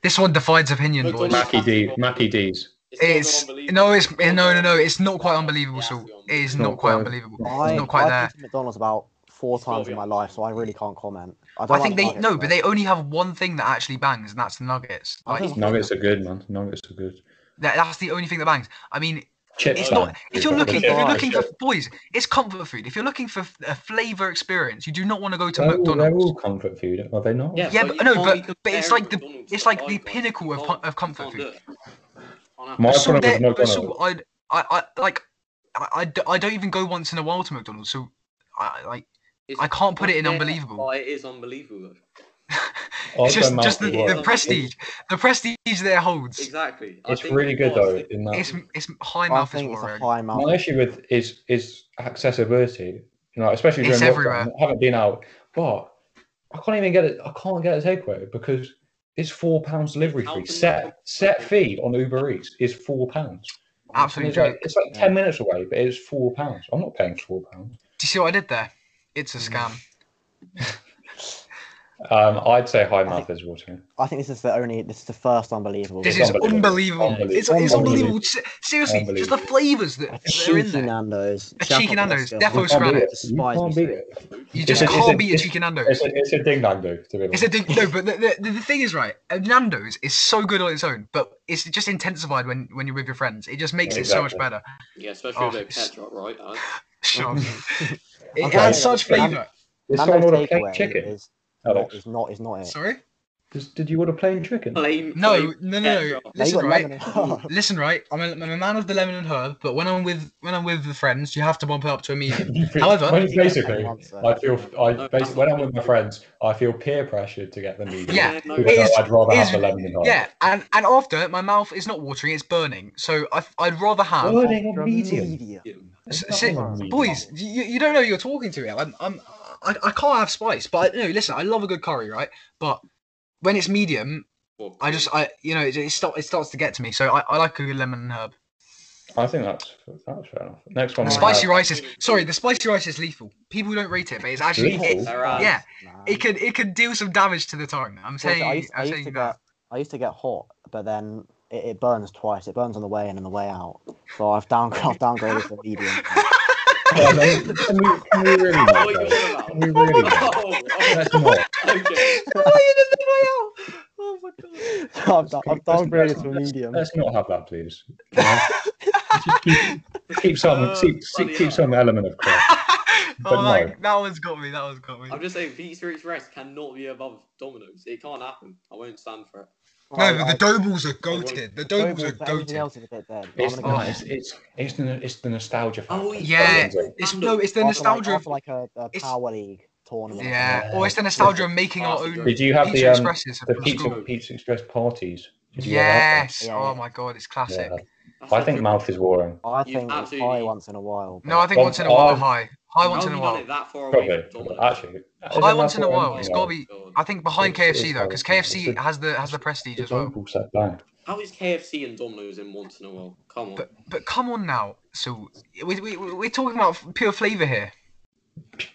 Speaker 2: this one defies opinion,
Speaker 4: Look,
Speaker 2: boys.
Speaker 4: look,
Speaker 1: Mackie D, Mackie D's.
Speaker 2: It's no, it's eh, no, no, no. It's not quite unbelievable. So it is
Speaker 1: Not
Speaker 2: not quite
Speaker 1: quite.
Speaker 2: unbelievable.
Speaker 3: I,
Speaker 2: It's not quite
Speaker 3: I've
Speaker 2: there.
Speaker 3: been to McDonald's about four
Speaker 4: It's gotta
Speaker 3: times
Speaker 4: be
Speaker 3: in my
Speaker 4: up.
Speaker 3: life, so I really can't comment. I don't.
Speaker 2: I think
Speaker 3: like
Speaker 2: they
Speaker 3: nuggets,
Speaker 2: no, but
Speaker 3: though.
Speaker 2: they only have one thing that actually bangs, and that's the nuggets.
Speaker 3: I
Speaker 2: Like
Speaker 3: don't like
Speaker 1: Nuggets are good, man. Nuggets are good.
Speaker 2: that, that's the only thing that bangs. I mean,
Speaker 1: Chips.
Speaker 2: it's
Speaker 4: Yeah.
Speaker 2: not. If you're looking, if you're
Speaker 3: Yeah.
Speaker 2: looking for boys, it's comfort food. If you're looking for a flavor experience, you do not want to go to
Speaker 1: they're all, they're all
Speaker 2: McDonald's.
Speaker 1: comfort food, are they not?
Speaker 2: Yeah, but- no,
Speaker 4: you
Speaker 2: but-
Speaker 4: can't be
Speaker 2: but it's
Speaker 4: comparing
Speaker 2: like the-
Speaker 4: McDonald's
Speaker 2: it's
Speaker 4: to
Speaker 2: like the
Speaker 4: Five Guys.
Speaker 2: pinnacle
Speaker 4: You
Speaker 2: of
Speaker 4: can't-
Speaker 2: com- of comfort
Speaker 4: you can't do it. Can't
Speaker 1: My
Speaker 4: have-
Speaker 2: So,
Speaker 1: problem with
Speaker 2: there- but so
Speaker 1: McDonald's.
Speaker 2: I, I, I like, I, I d- I don't even go once in a while to McDonald's. So, I like,
Speaker 4: it's
Speaker 2: I can't put it in
Speaker 4: not there,
Speaker 2: unbelievable.
Speaker 4: but it is unbelievable. though.
Speaker 2: It's just, just the,
Speaker 4: Mountain
Speaker 2: the
Speaker 4: Dew.
Speaker 2: prestige, the prestige that it holds.
Speaker 4: Exactly. I
Speaker 1: It's
Speaker 4: think
Speaker 1: really
Speaker 4: it
Speaker 1: good
Speaker 4: was.
Speaker 1: though. In that.
Speaker 2: It's it's high
Speaker 3: Uh, I
Speaker 2: mouth is
Speaker 3: think it's a
Speaker 2: watering.
Speaker 3: high mouth.
Speaker 1: My issue with is is accessibility. You know, especially
Speaker 2: It's
Speaker 1: during
Speaker 2: everywhere.
Speaker 1: lockdown. I haven't been out, but I can't even get it. I can't get a takeaway because it's four pounds delivery
Speaker 4: How
Speaker 1: fee.
Speaker 4: can you-
Speaker 1: Set set fee on Uber Eats is four pounds. And
Speaker 2: Absolute
Speaker 1: It's
Speaker 2: joke.
Speaker 1: like, it's like ten minutes away, but it's four pounds. I'm not paying four pounds.
Speaker 2: Do you see what I did there? It's a
Speaker 3: Mm.
Speaker 2: scam.
Speaker 1: Um, I'd say high mouth is watering.
Speaker 3: I think this is the only. This is the first unbelievable.
Speaker 2: This
Speaker 1: It's
Speaker 2: is
Speaker 1: unbelievable.
Speaker 2: unbelievable. It's, it's
Speaker 1: Unbelievable.
Speaker 2: unbelievable. Se- Seriously, just the
Speaker 1: Unbelievable.
Speaker 2: flavors that, that
Speaker 3: A
Speaker 2: are in
Speaker 3: cheeky
Speaker 2: there.
Speaker 3: Nando's.
Speaker 2: A
Speaker 3: See, I
Speaker 2: cheeky
Speaker 3: can't put
Speaker 2: Nando's,
Speaker 3: that
Speaker 2: defo
Speaker 3: skill.
Speaker 1: You can't beat it. You can't
Speaker 3: Scrannets.
Speaker 1: beat it.
Speaker 2: You
Speaker 1: It's
Speaker 2: just
Speaker 1: a- it's
Speaker 2: can't
Speaker 1: a-
Speaker 2: beat a cheeky Nando's.
Speaker 1: It's a, it's a ding dang though, to be
Speaker 2: It's
Speaker 1: honest.
Speaker 2: a thing, no, but the, the, the thing is, right? uh, Nando's is so good on its own, but it's just intensified when, when you're with your friends. It just makes it so much
Speaker 1: Exactly.
Speaker 2: better.
Speaker 4: Yeah, especially
Speaker 2: Oh,
Speaker 4: with a
Speaker 2: it's-
Speaker 4: ketchup, right? Uh, Alan?
Speaker 2: Sure. it
Speaker 3: Okay.
Speaker 2: adds such flavour.
Speaker 1: Did someone
Speaker 3: Nando's
Speaker 1: order plain
Speaker 3: takeaway
Speaker 1: chicken?
Speaker 3: is not,
Speaker 1: Alex,
Speaker 3: is not is not it.
Speaker 2: Sorry?
Speaker 1: Does- did you order plain chicken?
Speaker 4: Plain-
Speaker 2: No,
Speaker 4: plain
Speaker 2: no, no, no.
Speaker 4: ketchup.
Speaker 3: Now you
Speaker 2: Listen,
Speaker 3: got
Speaker 2: right?
Speaker 3: lemon and herb.
Speaker 2: Listen, right. I'm a, I'm a man of the lemon and herb, but when I'm with when I'm with the friends, you have to bump it up to a medium. However-
Speaker 1: Well, basically,
Speaker 3: Once, uh,
Speaker 1: I feel I basically, when I'm with my friends, I feel peer pressured to get the medium.
Speaker 2: Yeah,
Speaker 4: no,
Speaker 1: Even though
Speaker 2: is-
Speaker 1: I'd rather
Speaker 2: is-
Speaker 1: have the lemon and
Speaker 2: yeah, and and after my mouth is not watering, it's burning. So I I'd rather have
Speaker 1: What? Loading
Speaker 3: Ultra
Speaker 1: of medium.
Speaker 2: S-
Speaker 1: It's
Speaker 2: si-
Speaker 1: not on medium.
Speaker 2: boys. You, you don't know who you're talking to here. I'm, I'm I, I can't have spice, but I, no. Listen, I love a good curry, right? But when it's medium,
Speaker 4: Well,
Speaker 2: I just I you know it, it, start, it starts to get to me. So I, I like a good lemon and herb.
Speaker 1: I think that's that's fair enough. Next one,
Speaker 3: The
Speaker 1: we
Speaker 2: Spicy
Speaker 1: have-
Speaker 2: rice is sorry. The spicy rice is lethal. People don't rate it, but it's actually
Speaker 1: Lethal?
Speaker 2: it's,
Speaker 4: Alright.
Speaker 2: yeah.
Speaker 3: Nah.
Speaker 2: It could it could deal some damage to the tongue. I'm
Speaker 3: Well, so
Speaker 2: saying
Speaker 3: I used, I
Speaker 2: I'm
Speaker 3: used
Speaker 2: saying
Speaker 3: to
Speaker 2: that.
Speaker 3: get I used to get hot, but then it, it burns twice. It burns on the way in and the way out. So I've, down, I've downgraded the medium.
Speaker 1: Well, then, can, we, can we really not?
Speaker 4: What are you
Speaker 1: though?
Speaker 4: on about?
Speaker 1: Can we really not?
Speaker 4: Oh,
Speaker 1: Let's not.
Speaker 4: oh, okay.
Speaker 2: Oh, you did the way out.
Speaker 4: Oh my god.
Speaker 3: So I've, down- I've
Speaker 1: Let's-
Speaker 3: downgraded
Speaker 1: let's-
Speaker 3: to a medium.
Speaker 1: Let's not have that, please. You know? Just keep, keep some
Speaker 4: Uh,
Speaker 1: keep,
Speaker 4: bloody
Speaker 1: keep some element of crap. But
Speaker 2: oh, that,
Speaker 1: no.
Speaker 2: that one's got me. That one's got me.
Speaker 4: I'm just saying, Pizza Express cannot be above Domino's. It can't happen. I won't stand for it.
Speaker 2: No,
Speaker 3: I-
Speaker 2: but
Speaker 3: I-
Speaker 2: the Dobles are goated. The
Speaker 3: Doble's-
Speaker 2: Dobles are
Speaker 3: but everything
Speaker 2: goated.
Speaker 3: else is a bit dead. but I'm
Speaker 1: It's,
Speaker 3: gonna
Speaker 1: no,
Speaker 3: go
Speaker 2: nice.
Speaker 1: it's, it's, it's, the, it's the nostalgia factor.
Speaker 4: Oh,
Speaker 2: yeah.
Speaker 1: That's what I'm saying.
Speaker 2: It's no, it's the
Speaker 3: after like-
Speaker 2: nostalgia of
Speaker 3: after like, a, a
Speaker 2: it's-
Speaker 3: power league tournament.
Speaker 2: yeah, or it's the nostalgia of making our
Speaker 4: Did
Speaker 2: own
Speaker 1: Did you have
Speaker 2: pizza
Speaker 1: the, um,
Speaker 2: expresses
Speaker 1: the
Speaker 2: from
Speaker 1: pizza,
Speaker 2: school.
Speaker 1: pizza Express parties? Did you have
Speaker 2: Yes.
Speaker 3: Yeah,
Speaker 2: Oh
Speaker 3: yeah.
Speaker 2: my god, it's classic.
Speaker 1: Yeah.
Speaker 4: That's
Speaker 1: that? I
Speaker 4: like
Speaker 1: think
Speaker 4: a-
Speaker 1: mouth is warring.
Speaker 3: I
Speaker 4: You
Speaker 3: think it's
Speaker 4: absolutely-
Speaker 3: high once in a while.
Speaker 2: No, I think
Speaker 1: Well,
Speaker 2: once in a while
Speaker 1: I've-
Speaker 2: high. High
Speaker 4: How
Speaker 2: once
Speaker 4: have
Speaker 2: in a
Speaker 4: you
Speaker 2: while.
Speaker 4: done it that far away
Speaker 1: Probably.
Speaker 4: from Domino's? Oh
Speaker 1: Actually, isn't
Speaker 2: High
Speaker 1: that
Speaker 2: once in a
Speaker 1: what-
Speaker 2: while. It's
Speaker 1: Yeah.
Speaker 2: got to be.
Speaker 4: God.
Speaker 2: I think behind
Speaker 1: It's- it's
Speaker 2: KFC though, because
Speaker 1: like-
Speaker 2: KFC
Speaker 1: it's a-
Speaker 2: has the has the prestige
Speaker 1: The
Speaker 2: as well.
Speaker 1: double set back.
Speaker 4: How is KFC and Domino's in once in a while? Come on.
Speaker 2: But but come on now. So we we we are talking about pure flavour here.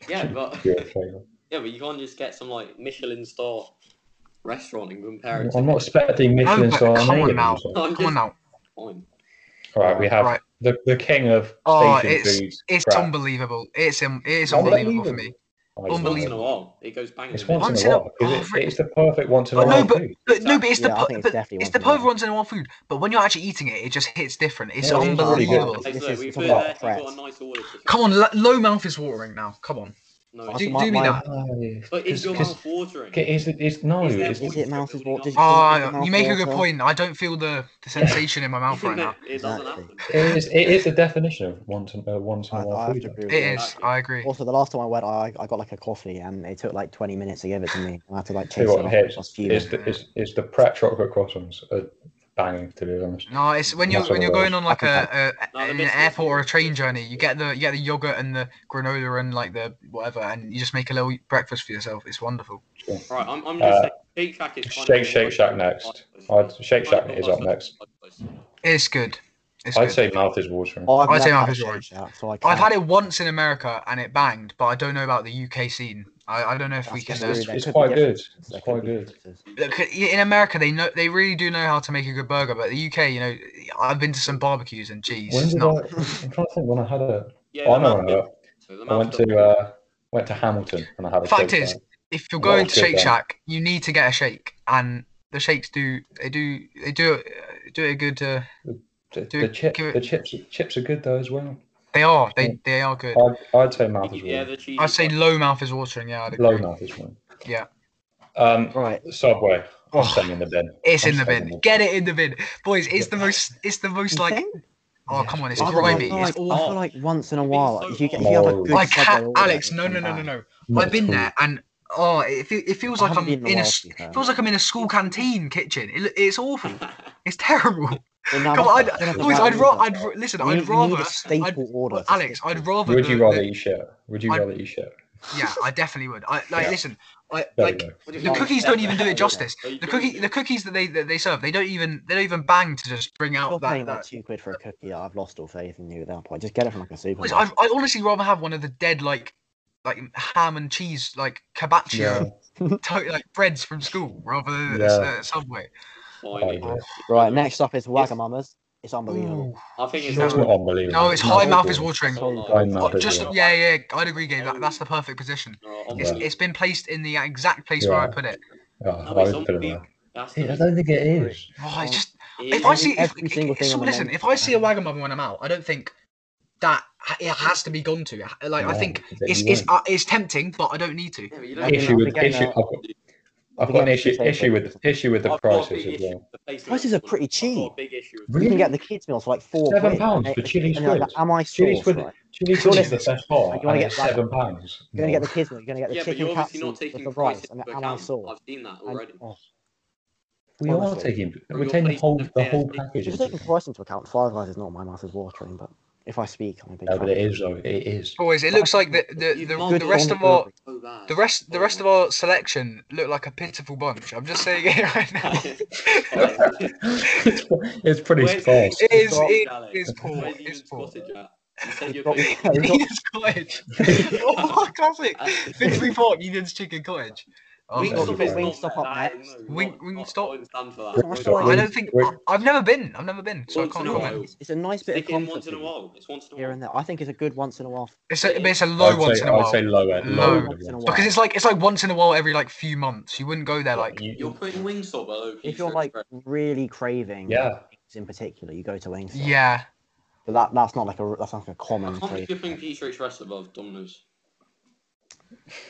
Speaker 4: yeah, but
Speaker 1: Pure flavour.
Speaker 4: yeah, but you can't just get some like Michelin star restaurant and compare it. To
Speaker 1: I'm not expecting Michelin
Speaker 2: No, but
Speaker 1: star.
Speaker 2: come on
Speaker 1: neighbours.
Speaker 2: now.
Speaker 4: I'm
Speaker 2: Come on
Speaker 4: just-
Speaker 2: now.
Speaker 4: Fine.
Speaker 1: All right, we have
Speaker 2: Right.
Speaker 1: the, the king of station
Speaker 2: Oh, it's-
Speaker 1: foods.
Speaker 2: It's
Speaker 1: crap.
Speaker 2: unbelievable. It's um, it's
Speaker 1: Well,
Speaker 2: unbelievable for me.
Speaker 1: unbelievable. I don't know.
Speaker 4: Once in a
Speaker 2: Unbelievable.
Speaker 4: while, it goes bang.
Speaker 1: It's
Speaker 4: in the
Speaker 1: once,
Speaker 4: middle.
Speaker 1: in a while because
Speaker 2: oh,
Speaker 1: it's,
Speaker 2: for-
Speaker 1: it's the perfect once in a
Speaker 2: But
Speaker 1: while
Speaker 2: no, but,
Speaker 1: food.
Speaker 2: but no, but it's the
Speaker 3: Yeah, I
Speaker 2: pu-
Speaker 3: think it's
Speaker 2: but
Speaker 3: definitely
Speaker 2: it's
Speaker 3: once
Speaker 2: the
Speaker 3: in a while.
Speaker 2: perfect once in a while food. But when you're actually eating it, it just hits different. It's
Speaker 1: Yeah, it's really
Speaker 2: unbelievable.
Speaker 1: good.
Speaker 4: Hey,
Speaker 3: This
Speaker 4: so
Speaker 3: is-
Speaker 4: we
Speaker 3: it's
Speaker 4: put
Speaker 3: all about
Speaker 4: there,
Speaker 3: threat.
Speaker 4: you got a nice order. To
Speaker 2: Come on, lo- low mouth is watering now. Come on,
Speaker 4: No,
Speaker 3: I
Speaker 4: it's-
Speaker 2: do,
Speaker 3: think my-
Speaker 2: do me
Speaker 3: my-
Speaker 2: that.
Speaker 4: but is your mouth watering?
Speaker 1: It's, it's, no,
Speaker 4: Is there
Speaker 1: it's,
Speaker 3: Is
Speaker 4: voice
Speaker 3: it mouth is
Speaker 4: building
Speaker 3: what?
Speaker 4: up?
Speaker 3: Does it- does it
Speaker 2: Ah,
Speaker 3: mouth
Speaker 2: you make a good
Speaker 3: water?
Speaker 2: point. I don't feel the, the sensation in my mouth right now.
Speaker 4: it doesn't
Speaker 3: Exactly.
Speaker 4: happen.
Speaker 1: it, is, it is the definition of once in, uh, once in
Speaker 3: I,
Speaker 1: a
Speaker 3: I
Speaker 1: while
Speaker 3: have
Speaker 1: food.
Speaker 3: to agree
Speaker 1: though.
Speaker 3: with
Speaker 2: It
Speaker 3: you.
Speaker 2: is. I agree.
Speaker 3: Also, the last time I went, I, I got like a coffee, and it took like 20 minutes to give it to me. I had to like
Speaker 1: Tell you
Speaker 3: chase
Speaker 1: what,
Speaker 3: it off.
Speaker 1: here's-
Speaker 3: I was fuming.
Speaker 1: It's the, it's, it's the prep chocolate croissants are banging, to be honest.
Speaker 2: No, it's when you're
Speaker 1: That's what
Speaker 2: when
Speaker 1: it
Speaker 2: you're
Speaker 1: was.
Speaker 2: going on like a, a
Speaker 4: No, the
Speaker 2: in an
Speaker 4: biscuits
Speaker 2: airport or a
Speaker 4: are-
Speaker 2: train journey. You get the you get the yogurt and the granola and like the whatever, and you just make a little breakfast for yourself. It's wonderful.
Speaker 4: Right, I'm, I'm
Speaker 1: Uh,
Speaker 4: just saying, Shake Shack is kind
Speaker 1: Shake
Speaker 4: of
Speaker 1: Shake Shack next. I'd, Shake Shack is up next.
Speaker 2: It's good. It's
Speaker 1: I'd
Speaker 2: good. Oh,
Speaker 1: say mouth is watering.
Speaker 3: I've
Speaker 2: I'd say
Speaker 3: never
Speaker 2: mouth
Speaker 3: had
Speaker 2: is
Speaker 3: Shake
Speaker 2: orange.
Speaker 3: Shack, so I
Speaker 2: I've
Speaker 3: can't-
Speaker 2: had it once in America and it banged, but I don't know about the UK scene. I, I don't know if we
Speaker 3: That's
Speaker 2: can.
Speaker 3: true,
Speaker 2: Uh,
Speaker 1: It's-
Speaker 3: there
Speaker 1: it's
Speaker 3: could be
Speaker 1: quite good.
Speaker 3: differences,
Speaker 1: It's
Speaker 3: there could
Speaker 1: quite
Speaker 3: be
Speaker 1: good.
Speaker 3: differences.
Speaker 2: look, in America, they know they really do know how to make a good burger, but the UK, you know, I've been to some barbecues and geez,
Speaker 1: When
Speaker 2: it's
Speaker 1: did
Speaker 2: not.
Speaker 1: I? I'm trying to think when I had a.
Speaker 4: Yeah,
Speaker 1: Oh, I
Speaker 4: the
Speaker 1: know when
Speaker 4: mouth-
Speaker 1: I had it.
Speaker 4: so the
Speaker 1: I
Speaker 4: mouth
Speaker 1: went
Speaker 4: doesn't-
Speaker 1: to uh, went to Hamilton and I had a
Speaker 2: Fact
Speaker 1: Shake
Speaker 2: is,
Speaker 1: Shack.
Speaker 2: If you're
Speaker 1: Well,
Speaker 2: going to
Speaker 1: it's good
Speaker 2: Shake
Speaker 1: then.
Speaker 2: Shack, you need to get a shake, and the shakes do they do they do uh, do it a good. Uh,
Speaker 1: The,
Speaker 2: Do-
Speaker 1: the chip,
Speaker 2: give it-
Speaker 1: the chips, chips are good though as well.
Speaker 2: they are
Speaker 1: Yeah.
Speaker 3: Mm.
Speaker 2: they they are
Speaker 3: Oh.
Speaker 2: good.
Speaker 1: I'd, I'd say mouth is
Speaker 4: yeah,
Speaker 1: warm.
Speaker 4: the cheese.
Speaker 2: I'd say
Speaker 4: is-
Speaker 2: low mouth is watering. Yeah, I'd
Speaker 1: Low
Speaker 2: agree.
Speaker 1: mouth is warm.
Speaker 2: Yeah.
Speaker 1: Um,
Speaker 3: Right.
Speaker 1: Subway. I'm
Speaker 2: Oh,
Speaker 1: staying in the bin.
Speaker 2: it's in the
Speaker 1: I'm staying in
Speaker 2: bin.
Speaker 1: the-
Speaker 2: Get it in the bin, boys. It's the most. It's the most
Speaker 3: You
Speaker 2: like.
Speaker 3: think?
Speaker 2: Oh
Speaker 1: Yeah,
Speaker 2: come on, it's
Speaker 1: it's
Speaker 3: I feel like-
Speaker 2: grimy.
Speaker 3: I feel
Speaker 2: It's
Speaker 3: like,
Speaker 2: all.
Speaker 3: I
Speaker 4: awful.
Speaker 3: feel like once in a
Speaker 4: It's
Speaker 3: while,
Speaker 4: Oh. so
Speaker 3: if you, if
Speaker 4: awful.
Speaker 3: you have a good
Speaker 2: I
Speaker 3: Subway
Speaker 2: can't,
Speaker 3: order,
Speaker 2: Alex.
Speaker 3: it
Speaker 2: No,
Speaker 3: comes
Speaker 2: no, no, no,
Speaker 3: back.
Speaker 2: no.
Speaker 1: Not
Speaker 2: I've been
Speaker 1: cool.
Speaker 2: there, and oh, it, fe- it feels
Speaker 3: I
Speaker 2: like
Speaker 3: haven't
Speaker 2: I'm
Speaker 3: been in a
Speaker 2: in a.
Speaker 3: while,
Speaker 2: s-
Speaker 3: to be
Speaker 2: It
Speaker 3: fair.
Speaker 2: feels like I'm in a school canteen kitchen. It, it's awful. It's terrible.
Speaker 3: And now
Speaker 2: Come
Speaker 3: that's-
Speaker 2: on,
Speaker 3: that's enough
Speaker 2: I'd,
Speaker 3: of
Speaker 2: boys.
Speaker 3: that
Speaker 2: I'd, ra-
Speaker 3: order.
Speaker 2: I'd ra- listen.
Speaker 3: You need-
Speaker 2: I'd
Speaker 3: you need
Speaker 2: rather.
Speaker 3: a staple
Speaker 2: I'd,
Speaker 3: order. to
Speaker 2: Alex,
Speaker 3: stick
Speaker 2: I'd
Speaker 3: with.
Speaker 2: rather.
Speaker 1: Would you
Speaker 2: the-
Speaker 1: rather
Speaker 2: the-
Speaker 1: eat shit? Would you
Speaker 2: I-
Speaker 1: rather eat shit?
Speaker 2: yeah, I definitely would. I like
Speaker 1: Yeah.
Speaker 2: listen. I
Speaker 1: There
Speaker 2: like
Speaker 1: you go.
Speaker 4: What do you
Speaker 2: the
Speaker 4: mean?
Speaker 2: cookies don't even do it justice.
Speaker 4: Are you
Speaker 2: The
Speaker 4: joking?
Speaker 2: cookie, the cookies that they that they serve, they don't even they don't even bang to just bring
Speaker 3: If
Speaker 2: out
Speaker 3: you're
Speaker 2: that.
Speaker 3: paying
Speaker 2: that.
Speaker 3: like two quid for a cookie, I've lost all faith in you at that point. Just get it from like a
Speaker 2: Boys,
Speaker 3: supermarket.
Speaker 2: I I honestly rather have one of the dead like like ham and cheese like
Speaker 1: Yeah.
Speaker 2: cabaccio to- like breads from school rather than
Speaker 1: Yeah.
Speaker 2: a, s- a subway.
Speaker 4: Fine.
Speaker 1: Oh,
Speaker 3: Right, next up is Wagamamas. It's unbelievable.
Speaker 2: Ooh.
Speaker 4: I think it's
Speaker 1: That's
Speaker 2: No.
Speaker 1: not unbelievable.
Speaker 2: No, it's
Speaker 1: Not
Speaker 2: high mouth is
Speaker 1: warm.
Speaker 2: watering.
Speaker 4: Hold on.
Speaker 1: High mouth
Speaker 2: Oh,
Speaker 1: is
Speaker 2: just
Speaker 1: warm.
Speaker 2: yeah, yeah. I'd agree, Gabe. That, that's the perfect position.
Speaker 4: No,
Speaker 2: It's,
Speaker 1: Yeah.
Speaker 4: honestly,
Speaker 2: it's been placed in the exact place where I
Speaker 1: Yeah.
Speaker 2: put it.
Speaker 1: Oh,
Speaker 4: no,
Speaker 1: I
Speaker 4: it's
Speaker 1: would put it
Speaker 4: unbelievable.
Speaker 1: there.
Speaker 4: That's
Speaker 1: Yeah, I
Speaker 4: the-
Speaker 1: don't think it is.
Speaker 2: Oh, it's
Speaker 3: Um,
Speaker 2: just
Speaker 4: it
Speaker 2: if
Speaker 4: is-
Speaker 2: I
Speaker 3: every-
Speaker 2: see if,
Speaker 3: every single
Speaker 2: if-
Speaker 3: thing on
Speaker 2: so
Speaker 3: the
Speaker 2: listen,
Speaker 3: menu.
Speaker 2: if I see a Wagamama when I'm out, I don't think that it has to be gone to. Like I
Speaker 1: No,
Speaker 2: think
Speaker 1: that
Speaker 2: it's
Speaker 1: you
Speaker 2: it's,
Speaker 1: won't.
Speaker 2: uh, it's tempting, but I don't need to.
Speaker 4: Yeah, but you don't
Speaker 3: I've
Speaker 4: get
Speaker 3: been-
Speaker 1: issue
Speaker 3: I've
Speaker 4: that.
Speaker 3: been
Speaker 1: with
Speaker 3: getting
Speaker 1: issue.
Speaker 3: a-
Speaker 1: I've got,
Speaker 3: I've
Speaker 1: I've got
Speaker 3: been
Speaker 1: an
Speaker 3: getting
Speaker 1: issue
Speaker 3: potato
Speaker 1: issue with issue with the
Speaker 4: I've got a
Speaker 1: prices
Speaker 4: big
Speaker 1: as
Speaker 4: issue
Speaker 1: well.
Speaker 4: with the placement
Speaker 3: Prices
Speaker 4: of
Speaker 3: are pretty
Speaker 4: Domino's. I've got a
Speaker 3: cheap.
Speaker 4: big issue
Speaker 2: Oh,
Speaker 4: with
Speaker 3: You
Speaker 1: Really?
Speaker 3: can get the kids' meals for like four
Speaker 1: Seven
Speaker 3: quid.
Speaker 1: pounds
Speaker 3: and
Speaker 1: for
Speaker 3: it-
Speaker 1: chili
Speaker 3: And you're like,
Speaker 1: squid.
Speaker 3: am I
Speaker 1: Chili
Speaker 3: sauce,
Speaker 1: squid,
Speaker 3: right?
Speaker 1: chili squid is the best part.
Speaker 3: Like, you wanna
Speaker 1: and
Speaker 3: get
Speaker 1: it's
Speaker 3: that-
Speaker 1: seven pounds.
Speaker 3: You're going
Speaker 1: No.
Speaker 3: to get
Speaker 2: Oh.
Speaker 3: the kids' meal. You're going to get the
Speaker 4: Yeah, but
Speaker 3: chicken
Speaker 4: you're obviously
Speaker 3: katsu
Speaker 4: not
Speaker 3: with
Speaker 4: taking
Speaker 3: the
Speaker 4: price
Speaker 3: rice and
Speaker 4: into
Speaker 3: the am I
Speaker 4: account.
Speaker 3: sauce.
Speaker 4: I've seen that
Speaker 3: And,
Speaker 4: already.
Speaker 3: oh,
Speaker 1: We are
Speaker 3: honestly.
Speaker 1: taking
Speaker 4: Or
Speaker 1: we're
Speaker 4: your
Speaker 1: taking the
Speaker 4: place
Speaker 1: whole
Speaker 4: of
Speaker 1: the whole
Speaker 4: KFC.
Speaker 1: package.
Speaker 3: If you're
Speaker 1: into
Speaker 3: taking
Speaker 1: it.
Speaker 3: price into account, Five Guys is not my mouth is watering, but if I speak, I'm a big
Speaker 1: No,
Speaker 3: fan.
Speaker 1: but it is though. It is.
Speaker 2: Boys, it looks like the the,
Speaker 4: You've
Speaker 2: the,
Speaker 4: marked
Speaker 2: the
Speaker 4: it
Speaker 2: rest
Speaker 4: on
Speaker 2: of our
Speaker 4: So bad.
Speaker 2: the rest the rest of our selection look like a pitiful bunch. I'm just saying it right now.
Speaker 1: it's, it's pretty
Speaker 4: Where's-
Speaker 1: sparse.
Speaker 2: It is
Speaker 3: got-
Speaker 2: it is poor.
Speaker 4: Where's
Speaker 2: It's
Speaker 4: even
Speaker 2: poor.
Speaker 4: spotted yet? You said
Speaker 3: We've
Speaker 4: you're
Speaker 3: got-
Speaker 4: big.
Speaker 3: we've got-
Speaker 2: It's cottage. oh, classic. Finsbury Park, you did chicken cottage. aren't
Speaker 1: Wingstop
Speaker 2: they?
Speaker 1: is not
Speaker 3: Wingstop up
Speaker 4: that,
Speaker 3: next.
Speaker 4: no,
Speaker 2: Wing-
Speaker 4: I-
Speaker 2: Wingstop.
Speaker 4: I wouldn't stand for that.
Speaker 3: Wingstop.
Speaker 1: Wingstop.
Speaker 2: I don't think
Speaker 1: Wing-
Speaker 2: I- I've never been. I've never been, so I
Speaker 4: Once
Speaker 2: can't
Speaker 4: in a
Speaker 2: comment.
Speaker 4: while.
Speaker 3: It's, it's a nice bit
Speaker 4: Stick
Speaker 3: of
Speaker 4: in once in a
Speaker 3: comfort
Speaker 4: while. It's once in a
Speaker 3: here
Speaker 4: while.
Speaker 3: and there. I think it's a good once in a while.
Speaker 2: It's a, but it's a low
Speaker 1: I'd
Speaker 2: once
Speaker 1: say,
Speaker 2: in a
Speaker 1: I'd
Speaker 2: while
Speaker 1: say lower.
Speaker 2: Low.
Speaker 1: lower
Speaker 3: Once in a while.
Speaker 2: because it's like it's like once in a while every like few months. You wouldn't go there like
Speaker 1: You-
Speaker 4: You're putting Wingstop at low key
Speaker 3: If you're
Speaker 4: for
Speaker 3: like
Speaker 4: express.
Speaker 3: really craving
Speaker 1: yeah,
Speaker 3: things in particular, you go to Wingstop.
Speaker 2: yeah.
Speaker 3: But that, that's not like a that's not like a
Speaker 4: I
Speaker 3: common
Speaker 4: can't believe you're
Speaker 3: craving.
Speaker 4: putting Pizza Express above Domino's.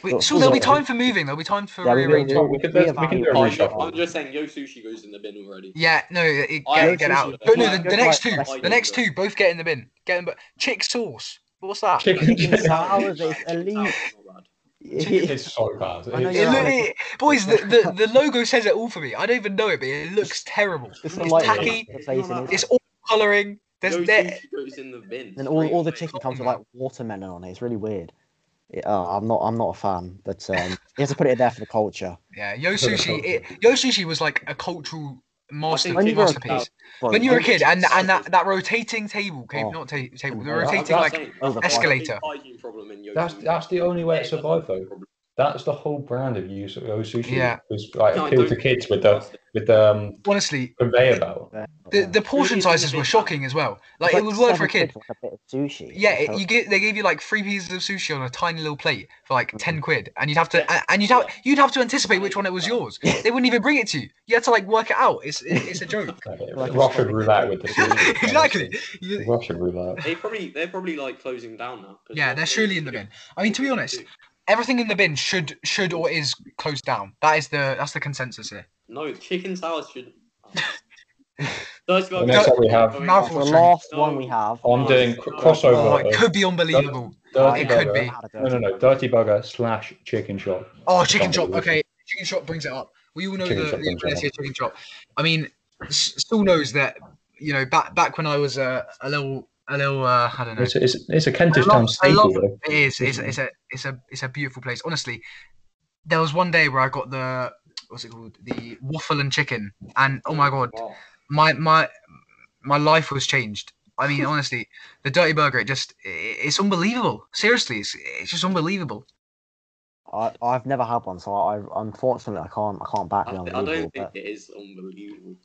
Speaker 2: Wait,
Speaker 3: Look,
Speaker 2: so there'll be
Speaker 3: look,
Speaker 2: time for moving. There'll be time for
Speaker 3: Yeah, we will
Speaker 2: rearranging.
Speaker 3: do.
Speaker 1: we could- we could do a
Speaker 3: Reevaluate.
Speaker 4: I'm
Speaker 1: reshuffle.
Speaker 4: just, I'm just saying, Yo Sushi goes in the bin already.
Speaker 2: Yeah, no, it,
Speaker 4: I-
Speaker 2: get, get out. No,
Speaker 4: Go to-
Speaker 2: no, the,
Speaker 4: go
Speaker 2: the
Speaker 4: to
Speaker 2: next
Speaker 3: like
Speaker 2: two,
Speaker 3: Leicester.
Speaker 2: the next two, both get in the bin. Get in, but chick sauce. What's that?
Speaker 1: chicken
Speaker 3: Chicken sour is
Speaker 4: Chicken sour,
Speaker 3: elite.
Speaker 4: not bad.
Speaker 1: It's so bad.
Speaker 3: I know
Speaker 1: It's-
Speaker 2: It
Speaker 3: you're
Speaker 2: look,
Speaker 3: right.
Speaker 2: it, boys, the, the, the logo says it all for me. I don't even know it, but it looks terrible.
Speaker 3: It's
Speaker 2: It's
Speaker 3: a light
Speaker 1: tacky.
Speaker 3: tacky. The place in it.
Speaker 2: It's all colouring. There's
Speaker 4: Yo
Speaker 2: there.
Speaker 4: Sushi goes in the bin.
Speaker 3: And all,
Speaker 4: straight
Speaker 3: all the
Speaker 4: away.
Speaker 3: chicken comes with like watermelon on it. It's really weird. Yeah, oh, I'm not I'm not a fan, but um, you have to put it there for the culture.
Speaker 2: Yeah, Yo Sushi. It, Yo Sushi was like a cultural master,
Speaker 4: when you were a
Speaker 2: masterpiece.
Speaker 4: kid-
Speaker 3: Bro,
Speaker 2: When you were a
Speaker 3: don't-
Speaker 2: kid, and and that,
Speaker 4: Jesus.
Speaker 2: that rotating table came
Speaker 3: Oh.
Speaker 2: not ta- table, the
Speaker 3: Yeah,
Speaker 4: That's
Speaker 2: rotating
Speaker 4: what I'm
Speaker 2: like
Speaker 4: saying. That's a big
Speaker 2: escalator.
Speaker 4: hygiene problem in Yo
Speaker 1: That's
Speaker 4: Sushi.
Speaker 1: that's the only way to
Speaker 4: Yeah, that's a
Speaker 1: survive though.
Speaker 4: problem.
Speaker 1: That's the whole brand of use of sushi.
Speaker 2: Yeah.
Speaker 1: was like
Speaker 4: No, I
Speaker 1: appeal to
Speaker 4: don't-
Speaker 1: kids with the with the um,
Speaker 2: honestly,
Speaker 1: conveyor belt.
Speaker 2: the, the portion
Speaker 4: Sushi is in the
Speaker 2: sizes
Speaker 4: bin
Speaker 2: were
Speaker 4: now.
Speaker 2: shocking as well. Like,
Speaker 3: It's
Speaker 2: it would work for
Speaker 3: seven
Speaker 2: a kid.
Speaker 3: quid for, Like a bit of sushi.
Speaker 2: Yeah,
Speaker 3: It's
Speaker 2: it, you get they gave you like three pieces of sushi on a tiny little plate for like ten quid, and you'd have to
Speaker 4: Yeah.
Speaker 2: a- and you'd have you'd have to anticipate
Speaker 4: I
Speaker 2: which one it was
Speaker 4: hate that.
Speaker 2: yours. They wouldn't even bring it to you. You had to like work it out. It's it, it's a joke.
Speaker 3: Like a
Speaker 1: Russian
Speaker 3: spot.
Speaker 1: roulette with the sushi.
Speaker 2: exactly. You-
Speaker 1: Russian roulette.
Speaker 4: They probably they're probably like closing down now. 'cause
Speaker 2: yeah, they're
Speaker 4: what do they
Speaker 2: surely in the
Speaker 4: do?
Speaker 2: bin. I mean, to be
Speaker 4: What do they
Speaker 2: honest,
Speaker 4: do?
Speaker 2: everything in the bin should should or is closed down. That is the that's the consensus here.
Speaker 4: no chicken salad should. Those
Speaker 1: The next one we have,
Speaker 2: Mouth-
Speaker 3: That's the last one we have.
Speaker 1: I'm doing cr- crossover.
Speaker 2: Oh,
Speaker 1: of
Speaker 2: it could be unbelievable.
Speaker 1: Dirty
Speaker 2: Oh, it could
Speaker 1: Burger-
Speaker 2: be.
Speaker 1: No, no, no. Dirty Bugger slash Chicken Shop.
Speaker 2: Oh, chicken chop.
Speaker 1: Unbelievable.
Speaker 2: Okay, chicken chop brings it up. We all know
Speaker 1: Chicken
Speaker 2: the,
Speaker 1: chop
Speaker 2: the
Speaker 1: brings it
Speaker 2: ability of chicken chop. I mean, S- Saul knows that. You know, back back when I was uh, a little, a little, uh, I don't know.
Speaker 1: It's, it's, it's a Kentish
Speaker 2: I love-
Speaker 1: Town staple.
Speaker 2: I love-
Speaker 1: though.
Speaker 2: It is. It's, it's a it's a it's a beautiful place. Honestly, there was one day where I got the what's it called the waffle and chicken, and oh my god, my my my life was changed. I mean, honestly, the dirty burger. It just i- it's unbelievable. Seriously, it's it's just unbelievable.
Speaker 3: I, I've never had one, so I, I unfortunately I can't I can't back
Speaker 4: I,
Speaker 3: the
Speaker 4: th- I
Speaker 3: unbelievable.
Speaker 4: don't think
Speaker 3: But
Speaker 4: it is unbelievable.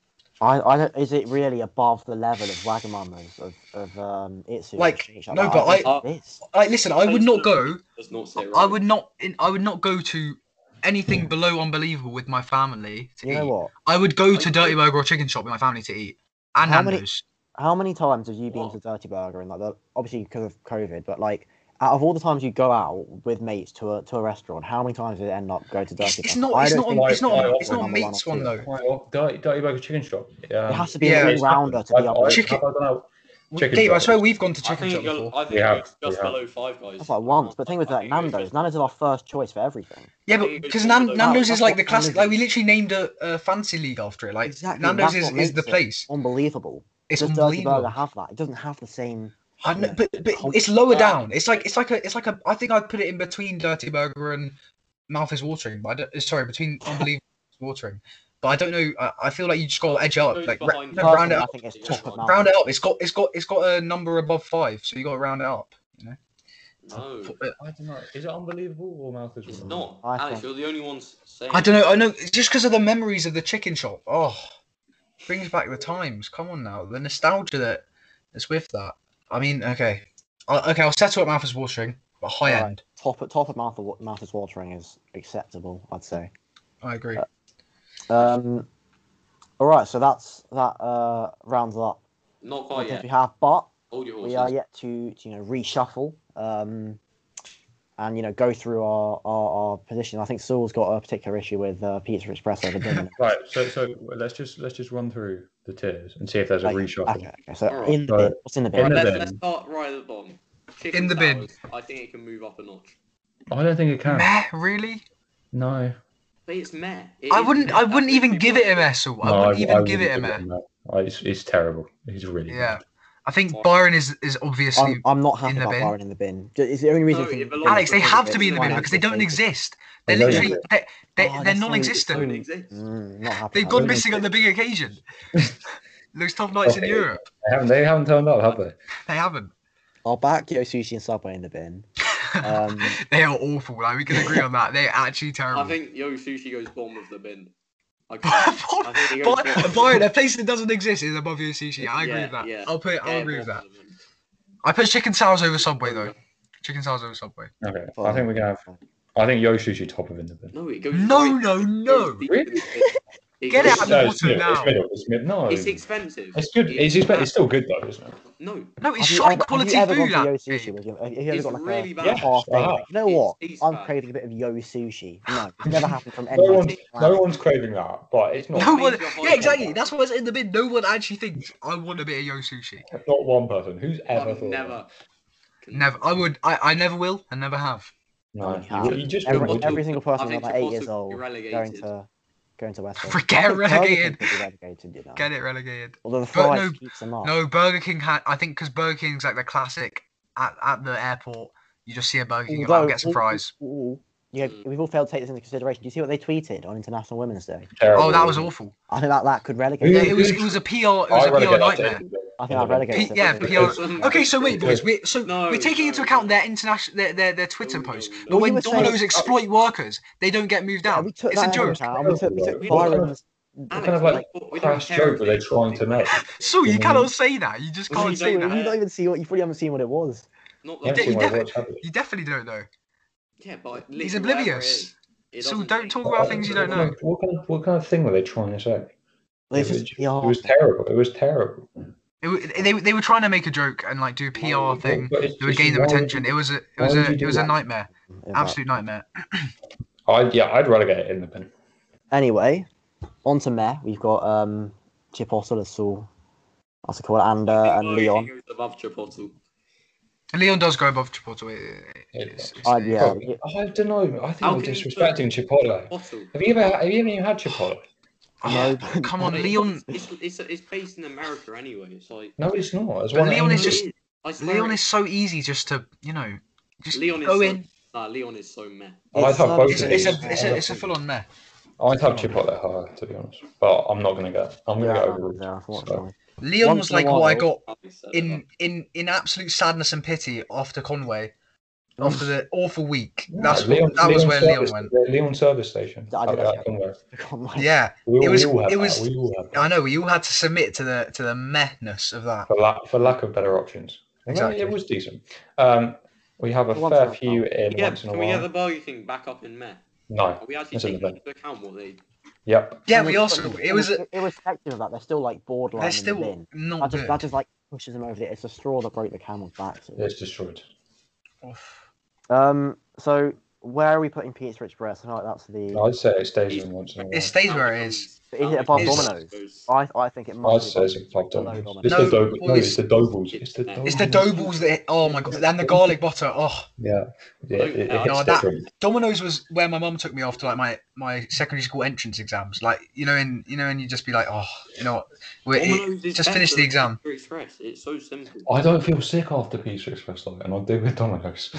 Speaker 3: I, I don't, is it really above the level of Wagamama's of of um Itsu?
Speaker 2: Like,
Speaker 3: Shake Shack?
Speaker 2: no, but
Speaker 3: think
Speaker 4: I-
Speaker 3: it is.
Speaker 2: Like, listen, I would not go.
Speaker 4: Does not say right.
Speaker 2: I would not. In, I would not go to anything below unbelievable with my family to
Speaker 3: you
Speaker 2: eat.
Speaker 3: know what?
Speaker 2: I would go to Dirty Burger or Chicken Shop with my family to eat, and
Speaker 3: How many-
Speaker 2: Nando's.
Speaker 3: How many times have you been
Speaker 4: What?
Speaker 3: to Dirty Burger and like the, obviously because of COVID, but like out of all the times you go out with mates to a to a restaurant, how many times did it end up go to Dirty
Speaker 2: It's,
Speaker 3: Burger?
Speaker 2: it's not.
Speaker 3: I
Speaker 2: It's
Speaker 3: don't
Speaker 2: not.
Speaker 3: think
Speaker 2: On, it's not.
Speaker 1: why
Speaker 2: On,
Speaker 1: I
Speaker 2: it's not on
Speaker 3: offer number
Speaker 2: meats
Speaker 3: one
Speaker 2: one
Speaker 3: or
Speaker 2: though.
Speaker 1: Why not? Dirty, Dirty Burger Chicken Shop.
Speaker 3: it
Speaker 1: Um,
Speaker 3: has to be
Speaker 2: Yeah.
Speaker 3: an all rounder to
Speaker 1: I-
Speaker 3: be
Speaker 1: I-
Speaker 3: unbelievable.
Speaker 2: Chicken-
Speaker 1: have I done out? Chicken
Speaker 2: Dave, I
Speaker 1: Shop.
Speaker 2: swear we've gone to
Speaker 4: I
Speaker 2: Chicken
Speaker 4: think
Speaker 2: Shop
Speaker 4: you'll,
Speaker 2: before.
Speaker 4: I think
Speaker 1: We have,
Speaker 4: it's just
Speaker 1: we have.
Speaker 4: below Five Guys.
Speaker 3: That's like once, but the thing with
Speaker 4: I
Speaker 3: like
Speaker 4: think it's
Speaker 3: Nando's,
Speaker 4: just-
Speaker 3: Nando's is our first choice for everything.
Speaker 2: Yeah,
Speaker 4: I
Speaker 2: but
Speaker 4: think
Speaker 2: because
Speaker 4: it's
Speaker 2: Nan-
Speaker 4: below-
Speaker 2: Nando's
Speaker 3: No,
Speaker 2: is
Speaker 3: that's
Speaker 2: like the
Speaker 3: what
Speaker 2: classic. Like we
Speaker 3: Nando's
Speaker 2: literally named a, a fancy league after it. Like
Speaker 3: Exactly,
Speaker 2: Nando's
Speaker 3: that's
Speaker 2: is,
Speaker 3: what
Speaker 2: is the
Speaker 3: makes it.
Speaker 2: place.
Speaker 3: Unbelievable.
Speaker 2: It's
Speaker 3: Does Dirty
Speaker 2: unbelievable.
Speaker 3: Burger have that? It doesn't have the same.
Speaker 2: I know,
Speaker 3: Yeah.
Speaker 2: but, but
Speaker 3: Com-
Speaker 2: it's lower
Speaker 4: Well,
Speaker 2: down. It's like it's like a it's like a. I think I'd put it in between Dirty Burger and Mouth is Watering. But I don't, sorry, between Unbelievable is Watering. But I don't know. I, I feel like you just got to edge it up,
Speaker 4: Goes
Speaker 2: like ra-
Speaker 4: behind
Speaker 2: no, round it
Speaker 3: Personally, I
Speaker 2: up,
Speaker 3: think it's
Speaker 4: Yeah.
Speaker 3: top of
Speaker 2: round
Speaker 3: Nando's.
Speaker 2: it up. It's got it's got it's got a number above five, so you got to round it up. You know,
Speaker 4: No,
Speaker 2: But
Speaker 1: I don't know. Is it unbelievable or mouth is
Speaker 4: it's
Speaker 1: wrong?
Speaker 4: not.
Speaker 3: I
Speaker 4: Alex,
Speaker 3: think-
Speaker 4: you're the only one s- saying.
Speaker 2: I don't know. I know it's just because of the memories of the chicken shop. Oh, brings back the times. Come on now, the nostalgia that is with that. I mean, okay, I, okay, I'll settle at Mouth is Watering, but high
Speaker 3: Alright.
Speaker 2: end.
Speaker 3: Top top of mouth of, mouth is watering is acceptable, I'd say.
Speaker 2: I agree.
Speaker 3: Um, all right, so that's that uh, rounds up
Speaker 4: Not
Speaker 3: the
Speaker 4: quite
Speaker 3: things we
Speaker 4: yet.
Speaker 3: have, but
Speaker 4: Hold your horses.
Speaker 3: we are yet to, to you know reshuffle um, and you know go through our, our, our position. I think Saul's got a particular issue with uh, Pizza Express over Domino's.
Speaker 1: Right. So so let's just let's just run through the tiers and see if there's a
Speaker 3: okay,
Speaker 1: reshuffle.
Speaker 3: okay, okay, so
Speaker 4: Alright.
Speaker 3: in the bin,
Speaker 1: Alright.
Speaker 3: what's in the
Speaker 1: In
Speaker 3: bin?
Speaker 1: the
Speaker 4: let's,
Speaker 1: bin.
Speaker 4: let's start right at the bottom. Chicken
Speaker 2: In the bin.
Speaker 4: sours, I think it can move up a notch.
Speaker 1: I don't think it can.
Speaker 2: Meh, really?
Speaker 1: No.
Speaker 4: But it's meh.
Speaker 2: I wouldn't. I wouldn't even give it a meh. Saul. I
Speaker 1: No,
Speaker 2: wouldn't even
Speaker 1: I
Speaker 2: give it a meh.
Speaker 1: I- It's, it's terrible. It's really
Speaker 2: Yeah,
Speaker 1: bad.
Speaker 2: I think
Speaker 4: Or-
Speaker 2: Byron is is obviously
Speaker 3: I'm, I'm not happy
Speaker 2: in the
Speaker 3: about
Speaker 2: bin.
Speaker 3: Byron in the bin. Ju- It's the only reason.
Speaker 4: No,
Speaker 3: I think
Speaker 4: it
Speaker 3: it's
Speaker 4: belongs-
Speaker 2: Alex. They
Speaker 4: it's
Speaker 2: have to be in the bin
Speaker 4: not
Speaker 2: because they don't
Speaker 3: Financial
Speaker 2: exist. They're
Speaker 1: They don't
Speaker 2: literally
Speaker 1: exist.
Speaker 2: they're they're,
Speaker 3: Oh,
Speaker 2: they're
Speaker 3: that's so-
Speaker 2: non-existent.
Speaker 4: Don't exist.
Speaker 3: Mm, not happy.
Speaker 2: They've
Speaker 3: about
Speaker 2: gone
Speaker 3: it.
Speaker 2: missing on the big occasion. Those top nights in
Speaker 1: Okay.
Speaker 2: Europe,
Speaker 1: They haven't, they haven't turned up, have they?
Speaker 2: they haven't.
Speaker 3: I'll back Yo Sushi and Subway in the bin. Um,
Speaker 2: they are awful. Like we can agree on that. They're actually terrible.
Speaker 4: I think Yo Sushi goes bottom of the bin. I, I think he goes
Speaker 2: Buy
Speaker 4: bottom of the
Speaker 2: buy
Speaker 4: bin.
Speaker 2: a place that doesn't exist is above your sushi. I agree
Speaker 4: Yeah,
Speaker 2: with that.
Speaker 4: yeah.
Speaker 2: I'll put. I'll
Speaker 4: Yeah,
Speaker 2: agree with that.
Speaker 4: bottom of the bin.
Speaker 2: I put chicken sours over Subway though. Chicken sours over Subway.
Speaker 1: Okay. I think we're gonna have. I think Yoshi's your top of in the bin.
Speaker 4: No, it goes.
Speaker 2: No,
Speaker 4: right-
Speaker 2: no,
Speaker 4: it
Speaker 2: no.
Speaker 4: goes deep
Speaker 1: Really?
Speaker 4: in the bin. It
Speaker 2: Get
Speaker 4: goes-
Speaker 2: out of the
Speaker 1: No, it's
Speaker 2: water
Speaker 1: mid- it's
Speaker 2: now.
Speaker 1: middle, it's mid- No,
Speaker 4: It's
Speaker 1: it's
Speaker 4: expensive.
Speaker 1: good. It's, expe- it's still good though, isn't it?
Speaker 4: No,
Speaker 2: No, it's
Speaker 3: have you
Speaker 2: shite
Speaker 3: ever-
Speaker 2: quality
Speaker 3: have you ever
Speaker 2: food.
Speaker 3: Gone for
Speaker 2: that
Speaker 3: yo
Speaker 2: babe.
Speaker 3: sushi? Have you, have you ever
Speaker 4: it's
Speaker 3: got like
Speaker 4: really
Speaker 1: Yeah.
Speaker 3: a
Speaker 4: bad.
Speaker 3: half
Speaker 1: Wow.
Speaker 3: thing? You know what?
Speaker 4: It's east
Speaker 3: I'm
Speaker 4: back.
Speaker 3: craving a bit of yo sushi. No, it's never happened from
Speaker 1: No
Speaker 3: anyone.
Speaker 1: one's, no one's craving that, but it's not,
Speaker 2: No one.
Speaker 4: Major
Speaker 2: Yeah,
Speaker 4: hygiene
Speaker 2: exactly.
Speaker 4: bar.
Speaker 2: That's what's in the bin. No one actually thinks I want a bit of yo sushi.
Speaker 1: not one person. Who's ever
Speaker 4: I've
Speaker 1: thought?
Speaker 4: never.
Speaker 2: Never. I would. I. I never will, and never have.
Speaker 1: No,
Speaker 3: Yeah.
Speaker 1: you, you just
Speaker 4: Everyone-
Speaker 1: wouldn't.
Speaker 3: every single person
Speaker 4: I think
Speaker 3: like eight years
Speaker 4: Chipotle
Speaker 3: old
Speaker 4: relegated.
Speaker 3: going to going to West Ham.
Speaker 2: Get
Speaker 3: Relegated.
Speaker 2: relegated.
Speaker 3: relegated you know.
Speaker 2: Get it relegated.
Speaker 3: Although the
Speaker 2: But
Speaker 3: fries
Speaker 2: no-
Speaker 3: keeps them up.
Speaker 2: No, Burger King had. I think because Burger King's like the classic at, at the airport. You just see a Burger King, you're like, I'll get some
Speaker 3: all-
Speaker 2: fries.
Speaker 3: all- yeah,
Speaker 2: Mm.
Speaker 3: we've all failed to take this into consideration. Do you see what they tweeted on International Women's Day?
Speaker 1: Terrible.
Speaker 2: Oh, that was awful.
Speaker 3: I think that, that could relegate.
Speaker 2: Yeah,
Speaker 1: Who-
Speaker 2: it was.
Speaker 1: who-
Speaker 2: It was a PR. It was
Speaker 1: I
Speaker 2: a PR
Speaker 1: relegate that to-
Speaker 2: nightmare.
Speaker 3: I think that relegates.
Speaker 2: P-
Speaker 3: it.
Speaker 2: yeah,
Speaker 3: Doesn't it?
Speaker 2: PR
Speaker 4: Because-
Speaker 2: Okay, so wait, boys. We're, so
Speaker 4: No,
Speaker 2: we're taking
Speaker 4: no,
Speaker 2: into account
Speaker 4: no.
Speaker 2: their international, their their, their Twitter
Speaker 4: No, no,
Speaker 2: posts.
Speaker 4: no.
Speaker 2: But
Speaker 3: We
Speaker 2: when
Speaker 3: were saying-
Speaker 2: Domino's exploit workers, they don't get moved
Speaker 3: Yeah,
Speaker 2: out.
Speaker 3: we took
Speaker 2: it's a
Speaker 3: that into
Speaker 2: joke.
Speaker 3: account. and We took, we took
Speaker 1: What kind of-
Speaker 3: Byron's.
Speaker 1: What kind of like
Speaker 4: we don't
Speaker 1: crass
Speaker 4: care
Speaker 1: joke
Speaker 4: if
Speaker 1: are they
Speaker 4: they-
Speaker 1: trying to make?
Speaker 2: So you
Speaker 1: Yeah.
Speaker 2: cannot say that. You just
Speaker 4: Well,
Speaker 2: can't
Speaker 4: you
Speaker 2: say
Speaker 4: don't
Speaker 2: that.
Speaker 4: know.
Speaker 3: You don't even see what you probably haven't seen what it was.
Speaker 4: Not
Speaker 1: You haven't
Speaker 4: the-
Speaker 1: seen
Speaker 2: you
Speaker 1: my
Speaker 2: never-
Speaker 1: watch, have you?
Speaker 2: You definitely don't know.
Speaker 4: Yeah, but
Speaker 2: He's
Speaker 4: literally whatever
Speaker 2: oblivious.
Speaker 4: it is, it
Speaker 2: So
Speaker 4: doesn't
Speaker 2: don't
Speaker 4: make-
Speaker 2: talk about things you don't
Speaker 1: What kind
Speaker 2: know.
Speaker 1: of- What kind of what kind of thing were they trying to say?
Speaker 3: It's
Speaker 1: it, was,
Speaker 3: just
Speaker 1: it
Speaker 2: Oh.
Speaker 1: was
Speaker 3: PR.
Speaker 1: terrible. It was terrible.
Speaker 2: It, wa- they, they were trying to make a joke and like do a PR
Speaker 4: Why-
Speaker 2: thing.
Speaker 1: But it's
Speaker 2: It would
Speaker 1: just
Speaker 2: gain their
Speaker 1: why would
Speaker 2: attention.
Speaker 1: you-
Speaker 2: It was a it
Speaker 1: why
Speaker 2: was
Speaker 1: would
Speaker 2: a
Speaker 1: you do
Speaker 2: it was a
Speaker 1: that?
Speaker 2: nightmare.
Speaker 3: in that.
Speaker 2: Absolute nightmare.
Speaker 1: I'd yeah, I'd relegate it in the bin.
Speaker 3: Anyway, on to Meh. We've got um, Chipotle, Saul, what's it called, and, uh, and
Speaker 4: No,
Speaker 3: Leon.
Speaker 4: he goes above Chipotle.
Speaker 2: Leon does go above Chipotle. It- it's- it's-
Speaker 3: Uh, yeah,
Speaker 1: Probably. I don't know. I think
Speaker 4: How
Speaker 1: we're
Speaker 4: can you put-
Speaker 1: disrespecting Chipotle.
Speaker 4: Chipotle.
Speaker 1: Have you ever have you ever even had Chipotle?
Speaker 2: Oh,
Speaker 3: No.
Speaker 2: come on,
Speaker 4: Mate,
Speaker 2: Leon.
Speaker 4: It's, it's, it's based in America anyway. It's like
Speaker 1: No, it's not. It's
Speaker 2: But
Speaker 1: one
Speaker 2: Leon
Speaker 1: that-
Speaker 2: is just-
Speaker 4: It is. I swear
Speaker 2: Leon
Speaker 4: it-
Speaker 2: is so easy just to you know just
Speaker 4: Leon is
Speaker 2: go
Speaker 4: so-
Speaker 2: in.
Speaker 4: Nah, Leon is so meh.
Speaker 1: I'd have
Speaker 3: It's, um,
Speaker 1: both
Speaker 2: It's
Speaker 1: of
Speaker 2: a, it's
Speaker 1: these.
Speaker 2: a, it's a, it's a full on meh.
Speaker 1: I'd have Chipotle higher to be honest, but I'm not gonna get. I'm gonna
Speaker 3: Yeah,
Speaker 1: get
Speaker 3: I know,
Speaker 1: overruled.
Speaker 3: yeah, unfortunately.
Speaker 2: Leon
Speaker 3: Once
Speaker 2: was
Speaker 3: in a
Speaker 2: like what I
Speaker 3: while.
Speaker 2: got
Speaker 4: I'll be set
Speaker 2: in
Speaker 4: up.
Speaker 2: in in absolute sadness and pity after Conway, after the awful week.
Speaker 1: No,
Speaker 2: That's what-
Speaker 1: Leon-
Speaker 2: that was where
Speaker 1: service,
Speaker 2: Leon went.
Speaker 1: Leon service station.
Speaker 3: I
Speaker 1: out
Speaker 3: did
Speaker 1: there
Speaker 3: actually
Speaker 1: at Conway.
Speaker 3: God, Oh my-
Speaker 2: Yeah,
Speaker 1: We all,
Speaker 2: It was-
Speaker 1: we all have
Speaker 2: it was-
Speaker 1: that. We all have that.
Speaker 2: I know. We all had to submit to the to the mehness of that.
Speaker 1: for lack for lack of better options. And that-
Speaker 2: Exactly.
Speaker 1: It was decent. Um, we have a
Speaker 3: Once in
Speaker 1: fair
Speaker 3: a
Speaker 1: few in
Speaker 4: Yeah,
Speaker 1: once in a
Speaker 4: can we get the
Speaker 1: while.
Speaker 4: Burger King back up in meh?
Speaker 1: No.
Speaker 4: Are we actually
Speaker 1: That's in the
Speaker 4: taking
Speaker 1: bin.
Speaker 4: into account what they
Speaker 1: Yep.
Speaker 2: Yeah,
Speaker 3: And
Speaker 2: we
Speaker 3: it's-
Speaker 2: also. It was. a-
Speaker 3: ir- irrespective of that. They're still like borderline
Speaker 2: They're
Speaker 3: in the
Speaker 2: still
Speaker 3: bin.
Speaker 2: not
Speaker 3: That just, that
Speaker 2: good.
Speaker 3: just like pushes them over the. It's the straw that broke the camel's back. so-
Speaker 1: It's destroyed.
Speaker 2: Oof.
Speaker 3: Um. So where are we putting Pete's Rich Breast? I feel like that's the.
Speaker 1: I'd say it stays in once in a
Speaker 2: It
Speaker 1: while.
Speaker 2: stays where it is.
Speaker 3: Is it above
Speaker 2: It's-
Speaker 3: Domino's? I I think it
Speaker 1: I'd
Speaker 3: must.
Speaker 1: say
Speaker 3: be
Speaker 1: it's above
Speaker 3: Domino's.
Speaker 1: Domino's. It's
Speaker 2: No,
Speaker 1: the Dob- no,
Speaker 2: it's-
Speaker 1: it's the Dobles. It's the Dobles.
Speaker 2: It's the Dobles that. Oh my god! And the garlic butter. Oh,
Speaker 1: Yeah. yeah it, it
Speaker 4: No,
Speaker 1: hits
Speaker 2: that-
Speaker 1: different.
Speaker 2: Domino's was where my mum took me after like my my secondary school entrance exams. Like you know, and you know, and you just be like, oh, you know, what? We're, it,
Speaker 4: Domino's is
Speaker 2: just
Speaker 4: better
Speaker 2: finish the
Speaker 4: than
Speaker 2: exam.
Speaker 4: Pizza Express. It's so simple.
Speaker 3: Oh,
Speaker 1: I don't feel sick after Pizza Express though, and I do with Domino's.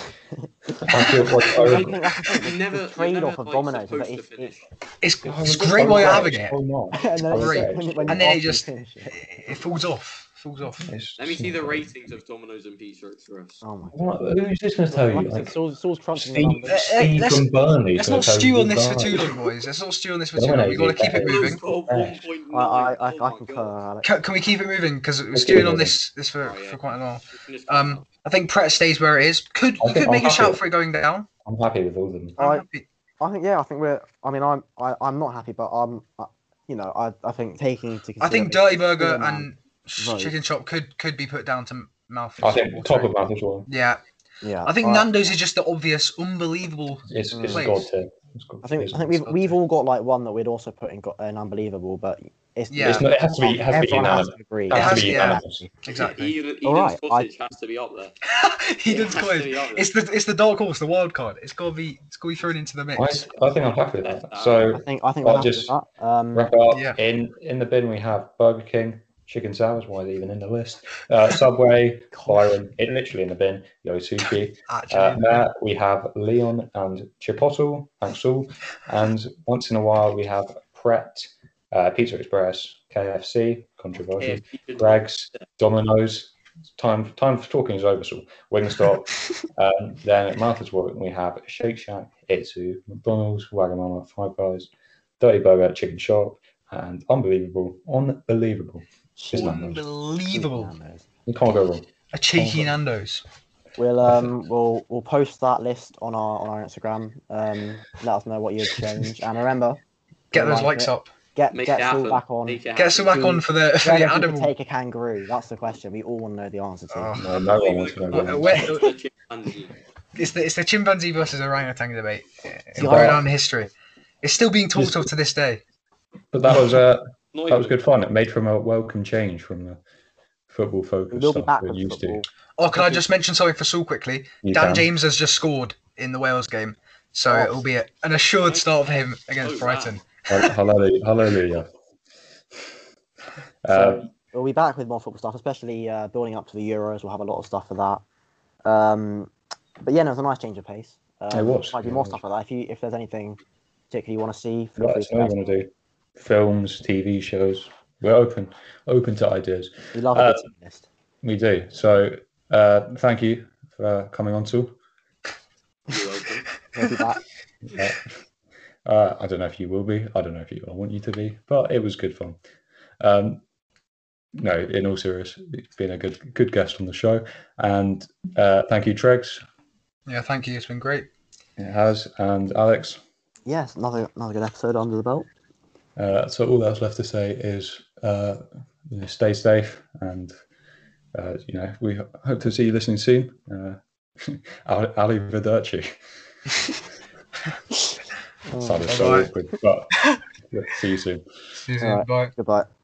Speaker 1: I feel like
Speaker 3: I
Speaker 1: I,
Speaker 3: think that's the thing,
Speaker 4: You
Speaker 3: the
Speaker 4: never- you
Speaker 3: trade off
Speaker 4: never,
Speaker 3: of
Speaker 4: like,
Speaker 3: Domino's. is that
Speaker 4: supposed to
Speaker 3: it's-
Speaker 4: finish.
Speaker 2: it's,
Speaker 1: I
Speaker 2: it's
Speaker 1: was
Speaker 2: a great
Speaker 1: so
Speaker 2: way of
Speaker 1: glad
Speaker 2: having
Speaker 1: it's
Speaker 2: it.
Speaker 1: so much.
Speaker 3: and then,
Speaker 1: I was
Speaker 2: Great.
Speaker 1: glad.
Speaker 3: when, you- when you
Speaker 2: And then it
Speaker 3: ask them to
Speaker 2: just-
Speaker 3: finish it.
Speaker 2: It falls off. Falls off.
Speaker 1: It's
Speaker 4: Let me see
Speaker 1: just
Speaker 4: the
Speaker 1: not-
Speaker 4: ratings of Domino's and Pizza Express.
Speaker 3: Oh my god.
Speaker 1: What, who's this going to tell you?
Speaker 3: Like I said,
Speaker 1: Like,
Speaker 3: Saul's, Saul's crunching the
Speaker 1: Steve,
Speaker 3: numbers.
Speaker 2: Let's-
Speaker 1: Steve
Speaker 2: Eh, let's-
Speaker 1: from Burnley.
Speaker 2: Let's
Speaker 1: gonna
Speaker 2: not
Speaker 1: tell
Speaker 2: stew
Speaker 1: you
Speaker 2: on this for
Speaker 1: that.
Speaker 2: too long, boys. Let's not stew on this for
Speaker 1: No,
Speaker 2: too long.
Speaker 1: no,
Speaker 2: We've got to
Speaker 1: you-
Speaker 2: keep it
Speaker 1: Domino's
Speaker 2: moving.
Speaker 4: Score of
Speaker 1: Yes.
Speaker 4: 1.9.
Speaker 3: I, I, I,
Speaker 4: Oh my
Speaker 3: I
Speaker 4: God.
Speaker 3: concur, Alex.
Speaker 2: Can, can we keep it moving? Because we're
Speaker 1: Let's
Speaker 2: stewing
Speaker 1: keep
Speaker 2: on
Speaker 1: moving.
Speaker 2: this this for,
Speaker 4: Oh, yeah.
Speaker 2: for quite a while.
Speaker 4: You can just-
Speaker 2: Um, I think Pret stays where it is. Could
Speaker 1: I think
Speaker 2: you could make
Speaker 1: I'm
Speaker 2: a shout
Speaker 1: happy.
Speaker 2: for it going down?
Speaker 1: I'm happy with all of them.
Speaker 3: I-
Speaker 2: I'm happy.
Speaker 3: I think yeah, I think we're. I mean, I'm I, I'm not happy, but I'm. I, you know, I, I think taking into
Speaker 2: I think
Speaker 3: consideration-
Speaker 2: Dirty Burger
Speaker 3: Man.
Speaker 2: and sh-
Speaker 3: Right.
Speaker 2: Chicken Chop could could be put down to mouth.
Speaker 1: I think
Speaker 2: Water.
Speaker 1: top of mouth as well.
Speaker 2: Yeah,
Speaker 3: yeah,
Speaker 2: I think
Speaker 3: uh,
Speaker 2: Nando's is just the obvious, unbelievable.
Speaker 1: It's it's a
Speaker 2: Please.
Speaker 1: god tier. It's got
Speaker 3: I think
Speaker 1: it's-
Speaker 3: I think we've we've all got like one that we'd also put in got an unbelievable, but it's
Speaker 2: Yeah.
Speaker 1: It's not, it has to be it has to be
Speaker 3: everyone
Speaker 1: unanimous.
Speaker 3: has to agree.
Speaker 1: It has to
Speaker 2: to-
Speaker 1: be
Speaker 2: yeah.
Speaker 1: unanimous.
Speaker 2: Exactly.
Speaker 4: Eden, Eden
Speaker 3: All right, I-
Speaker 4: Sausage has to be up there.
Speaker 2: he
Speaker 4: It
Speaker 2: did
Speaker 4: has
Speaker 2: score.
Speaker 4: to be up there.
Speaker 2: It's the it's the dark horse, the wild card. It's got to be it's got to be thrown into the mix.
Speaker 1: I, I think I'm happy with that.
Speaker 2: Uh,
Speaker 3: I
Speaker 1: So
Speaker 3: think I think
Speaker 1: Well,
Speaker 3: we're happy
Speaker 1: just-
Speaker 3: with that. Um,
Speaker 1: wrap up.
Speaker 2: Yeah.
Speaker 1: In in the bin we have Burger King, chicken sours. Why are they even in the list? Uh, Subway, Byron. It literally in the bin. Yo sushi.
Speaker 2: Actually,
Speaker 1: Uh, there we have Leon and Chipotle, thanks all. And once in a while we have Pret, uh, Pizza Express, KFC, controversial,
Speaker 4: KFC should-
Speaker 1: Greg's, Domino's, time time for talking is over. So Wingstop. um, then at Martha's Warwick we have Shake Shack, Itsu, McDonald's, Wagamama, Five Guys, Dirty Burger, Chicken Shop, and unbelievable, unbelievable. Just Nando's.
Speaker 2: Unbelievable.
Speaker 3: Nando's.
Speaker 1: You can't go wrong.
Speaker 2: A cheeky Nando's.
Speaker 3: We'll um we'll we'll post that list on our on our Instagram. Um, let us know what you'd change. And remember,
Speaker 2: Get those
Speaker 3: Like
Speaker 2: likes
Speaker 3: it.
Speaker 2: up.
Speaker 3: get
Speaker 4: Make
Speaker 3: get
Speaker 4: it
Speaker 3: Saul
Speaker 4: happen.
Speaker 3: back on.
Speaker 4: Make it
Speaker 2: Get some
Speaker 4: happen.
Speaker 2: back on for the, for
Speaker 3: Where
Speaker 2: the
Speaker 3: do people
Speaker 2: animal.
Speaker 3: take a kangaroo? That's the question. We all want to know the answer to.
Speaker 2: Oh.
Speaker 1: No, no one wants to know.
Speaker 2: Uh,
Speaker 1: that.
Speaker 2: where-
Speaker 4: Chimpanzee.
Speaker 2: It's the, it's the chimpanzee versus orangutan debate. It's
Speaker 3: Yeah.
Speaker 2: going down in history. It's still being talked of to this day.
Speaker 1: But that was uh,
Speaker 4: Not
Speaker 1: that was
Speaker 4: even-
Speaker 1: good fun. It made from a welcome change from the football
Speaker 3: We
Speaker 1: focus
Speaker 3: will be
Speaker 1: stuff
Speaker 3: back
Speaker 1: we're
Speaker 3: with
Speaker 1: used
Speaker 3: football.
Speaker 1: to.
Speaker 2: Oh, can I just mention something for Saul quickly?
Speaker 1: You
Speaker 2: Dan
Speaker 1: can.
Speaker 2: James has just scored in the Wales game, so
Speaker 3: Oh.
Speaker 2: it'll be a, an assured start for him against
Speaker 4: Oh, wow.
Speaker 2: Brighton.
Speaker 1: Hall- Hallelujah. hallelujah.
Speaker 3: So
Speaker 1: Um,
Speaker 3: we'll be back with more football stuff, especially uh, building up to the Euros. We'll have a lot of stuff for that. Um, but yeah, no, it was a nice change of pace. Um,
Speaker 1: It was,
Speaker 3: Might be
Speaker 1: yeah,
Speaker 3: more
Speaker 1: it
Speaker 3: stuff like that. If you if there's anything particularly you want to see, feel
Speaker 1: let
Speaker 3: free
Speaker 1: us
Speaker 3: to
Speaker 1: know
Speaker 3: let
Speaker 1: what you want
Speaker 3: us know.
Speaker 1: to do. Films, TV shows. We're open, open to ideas.
Speaker 3: We love a
Speaker 1: Uh,
Speaker 3: good team list.
Speaker 1: We do. So uh, thank you for uh, coming on to.
Speaker 4: You're welcome.
Speaker 3: We'll be back.
Speaker 1: Uh, uh, I don't know if you will be. I don't know if you, I want you to be, but it was good fun. Um, no, in all serious, it's been a good good guest on the show, and uh, thank you, Tregs.
Speaker 2: Yeah, thank you. It's been great.
Speaker 1: It has, and Alex.
Speaker 3: yes, another another good episode under the belt.
Speaker 1: Uh, so all that's left to say is uh, you know, stay safe, and uh, you know we ho- hope to see you listening soon. Uh, Ali Ali Viderci.
Speaker 3: Oh,
Speaker 1: Sounded so
Speaker 2: Bye-bye.
Speaker 1: awkward, but see you soon.
Speaker 2: See you soon.
Speaker 3: Alright.
Speaker 2: Bye.
Speaker 3: goodbye.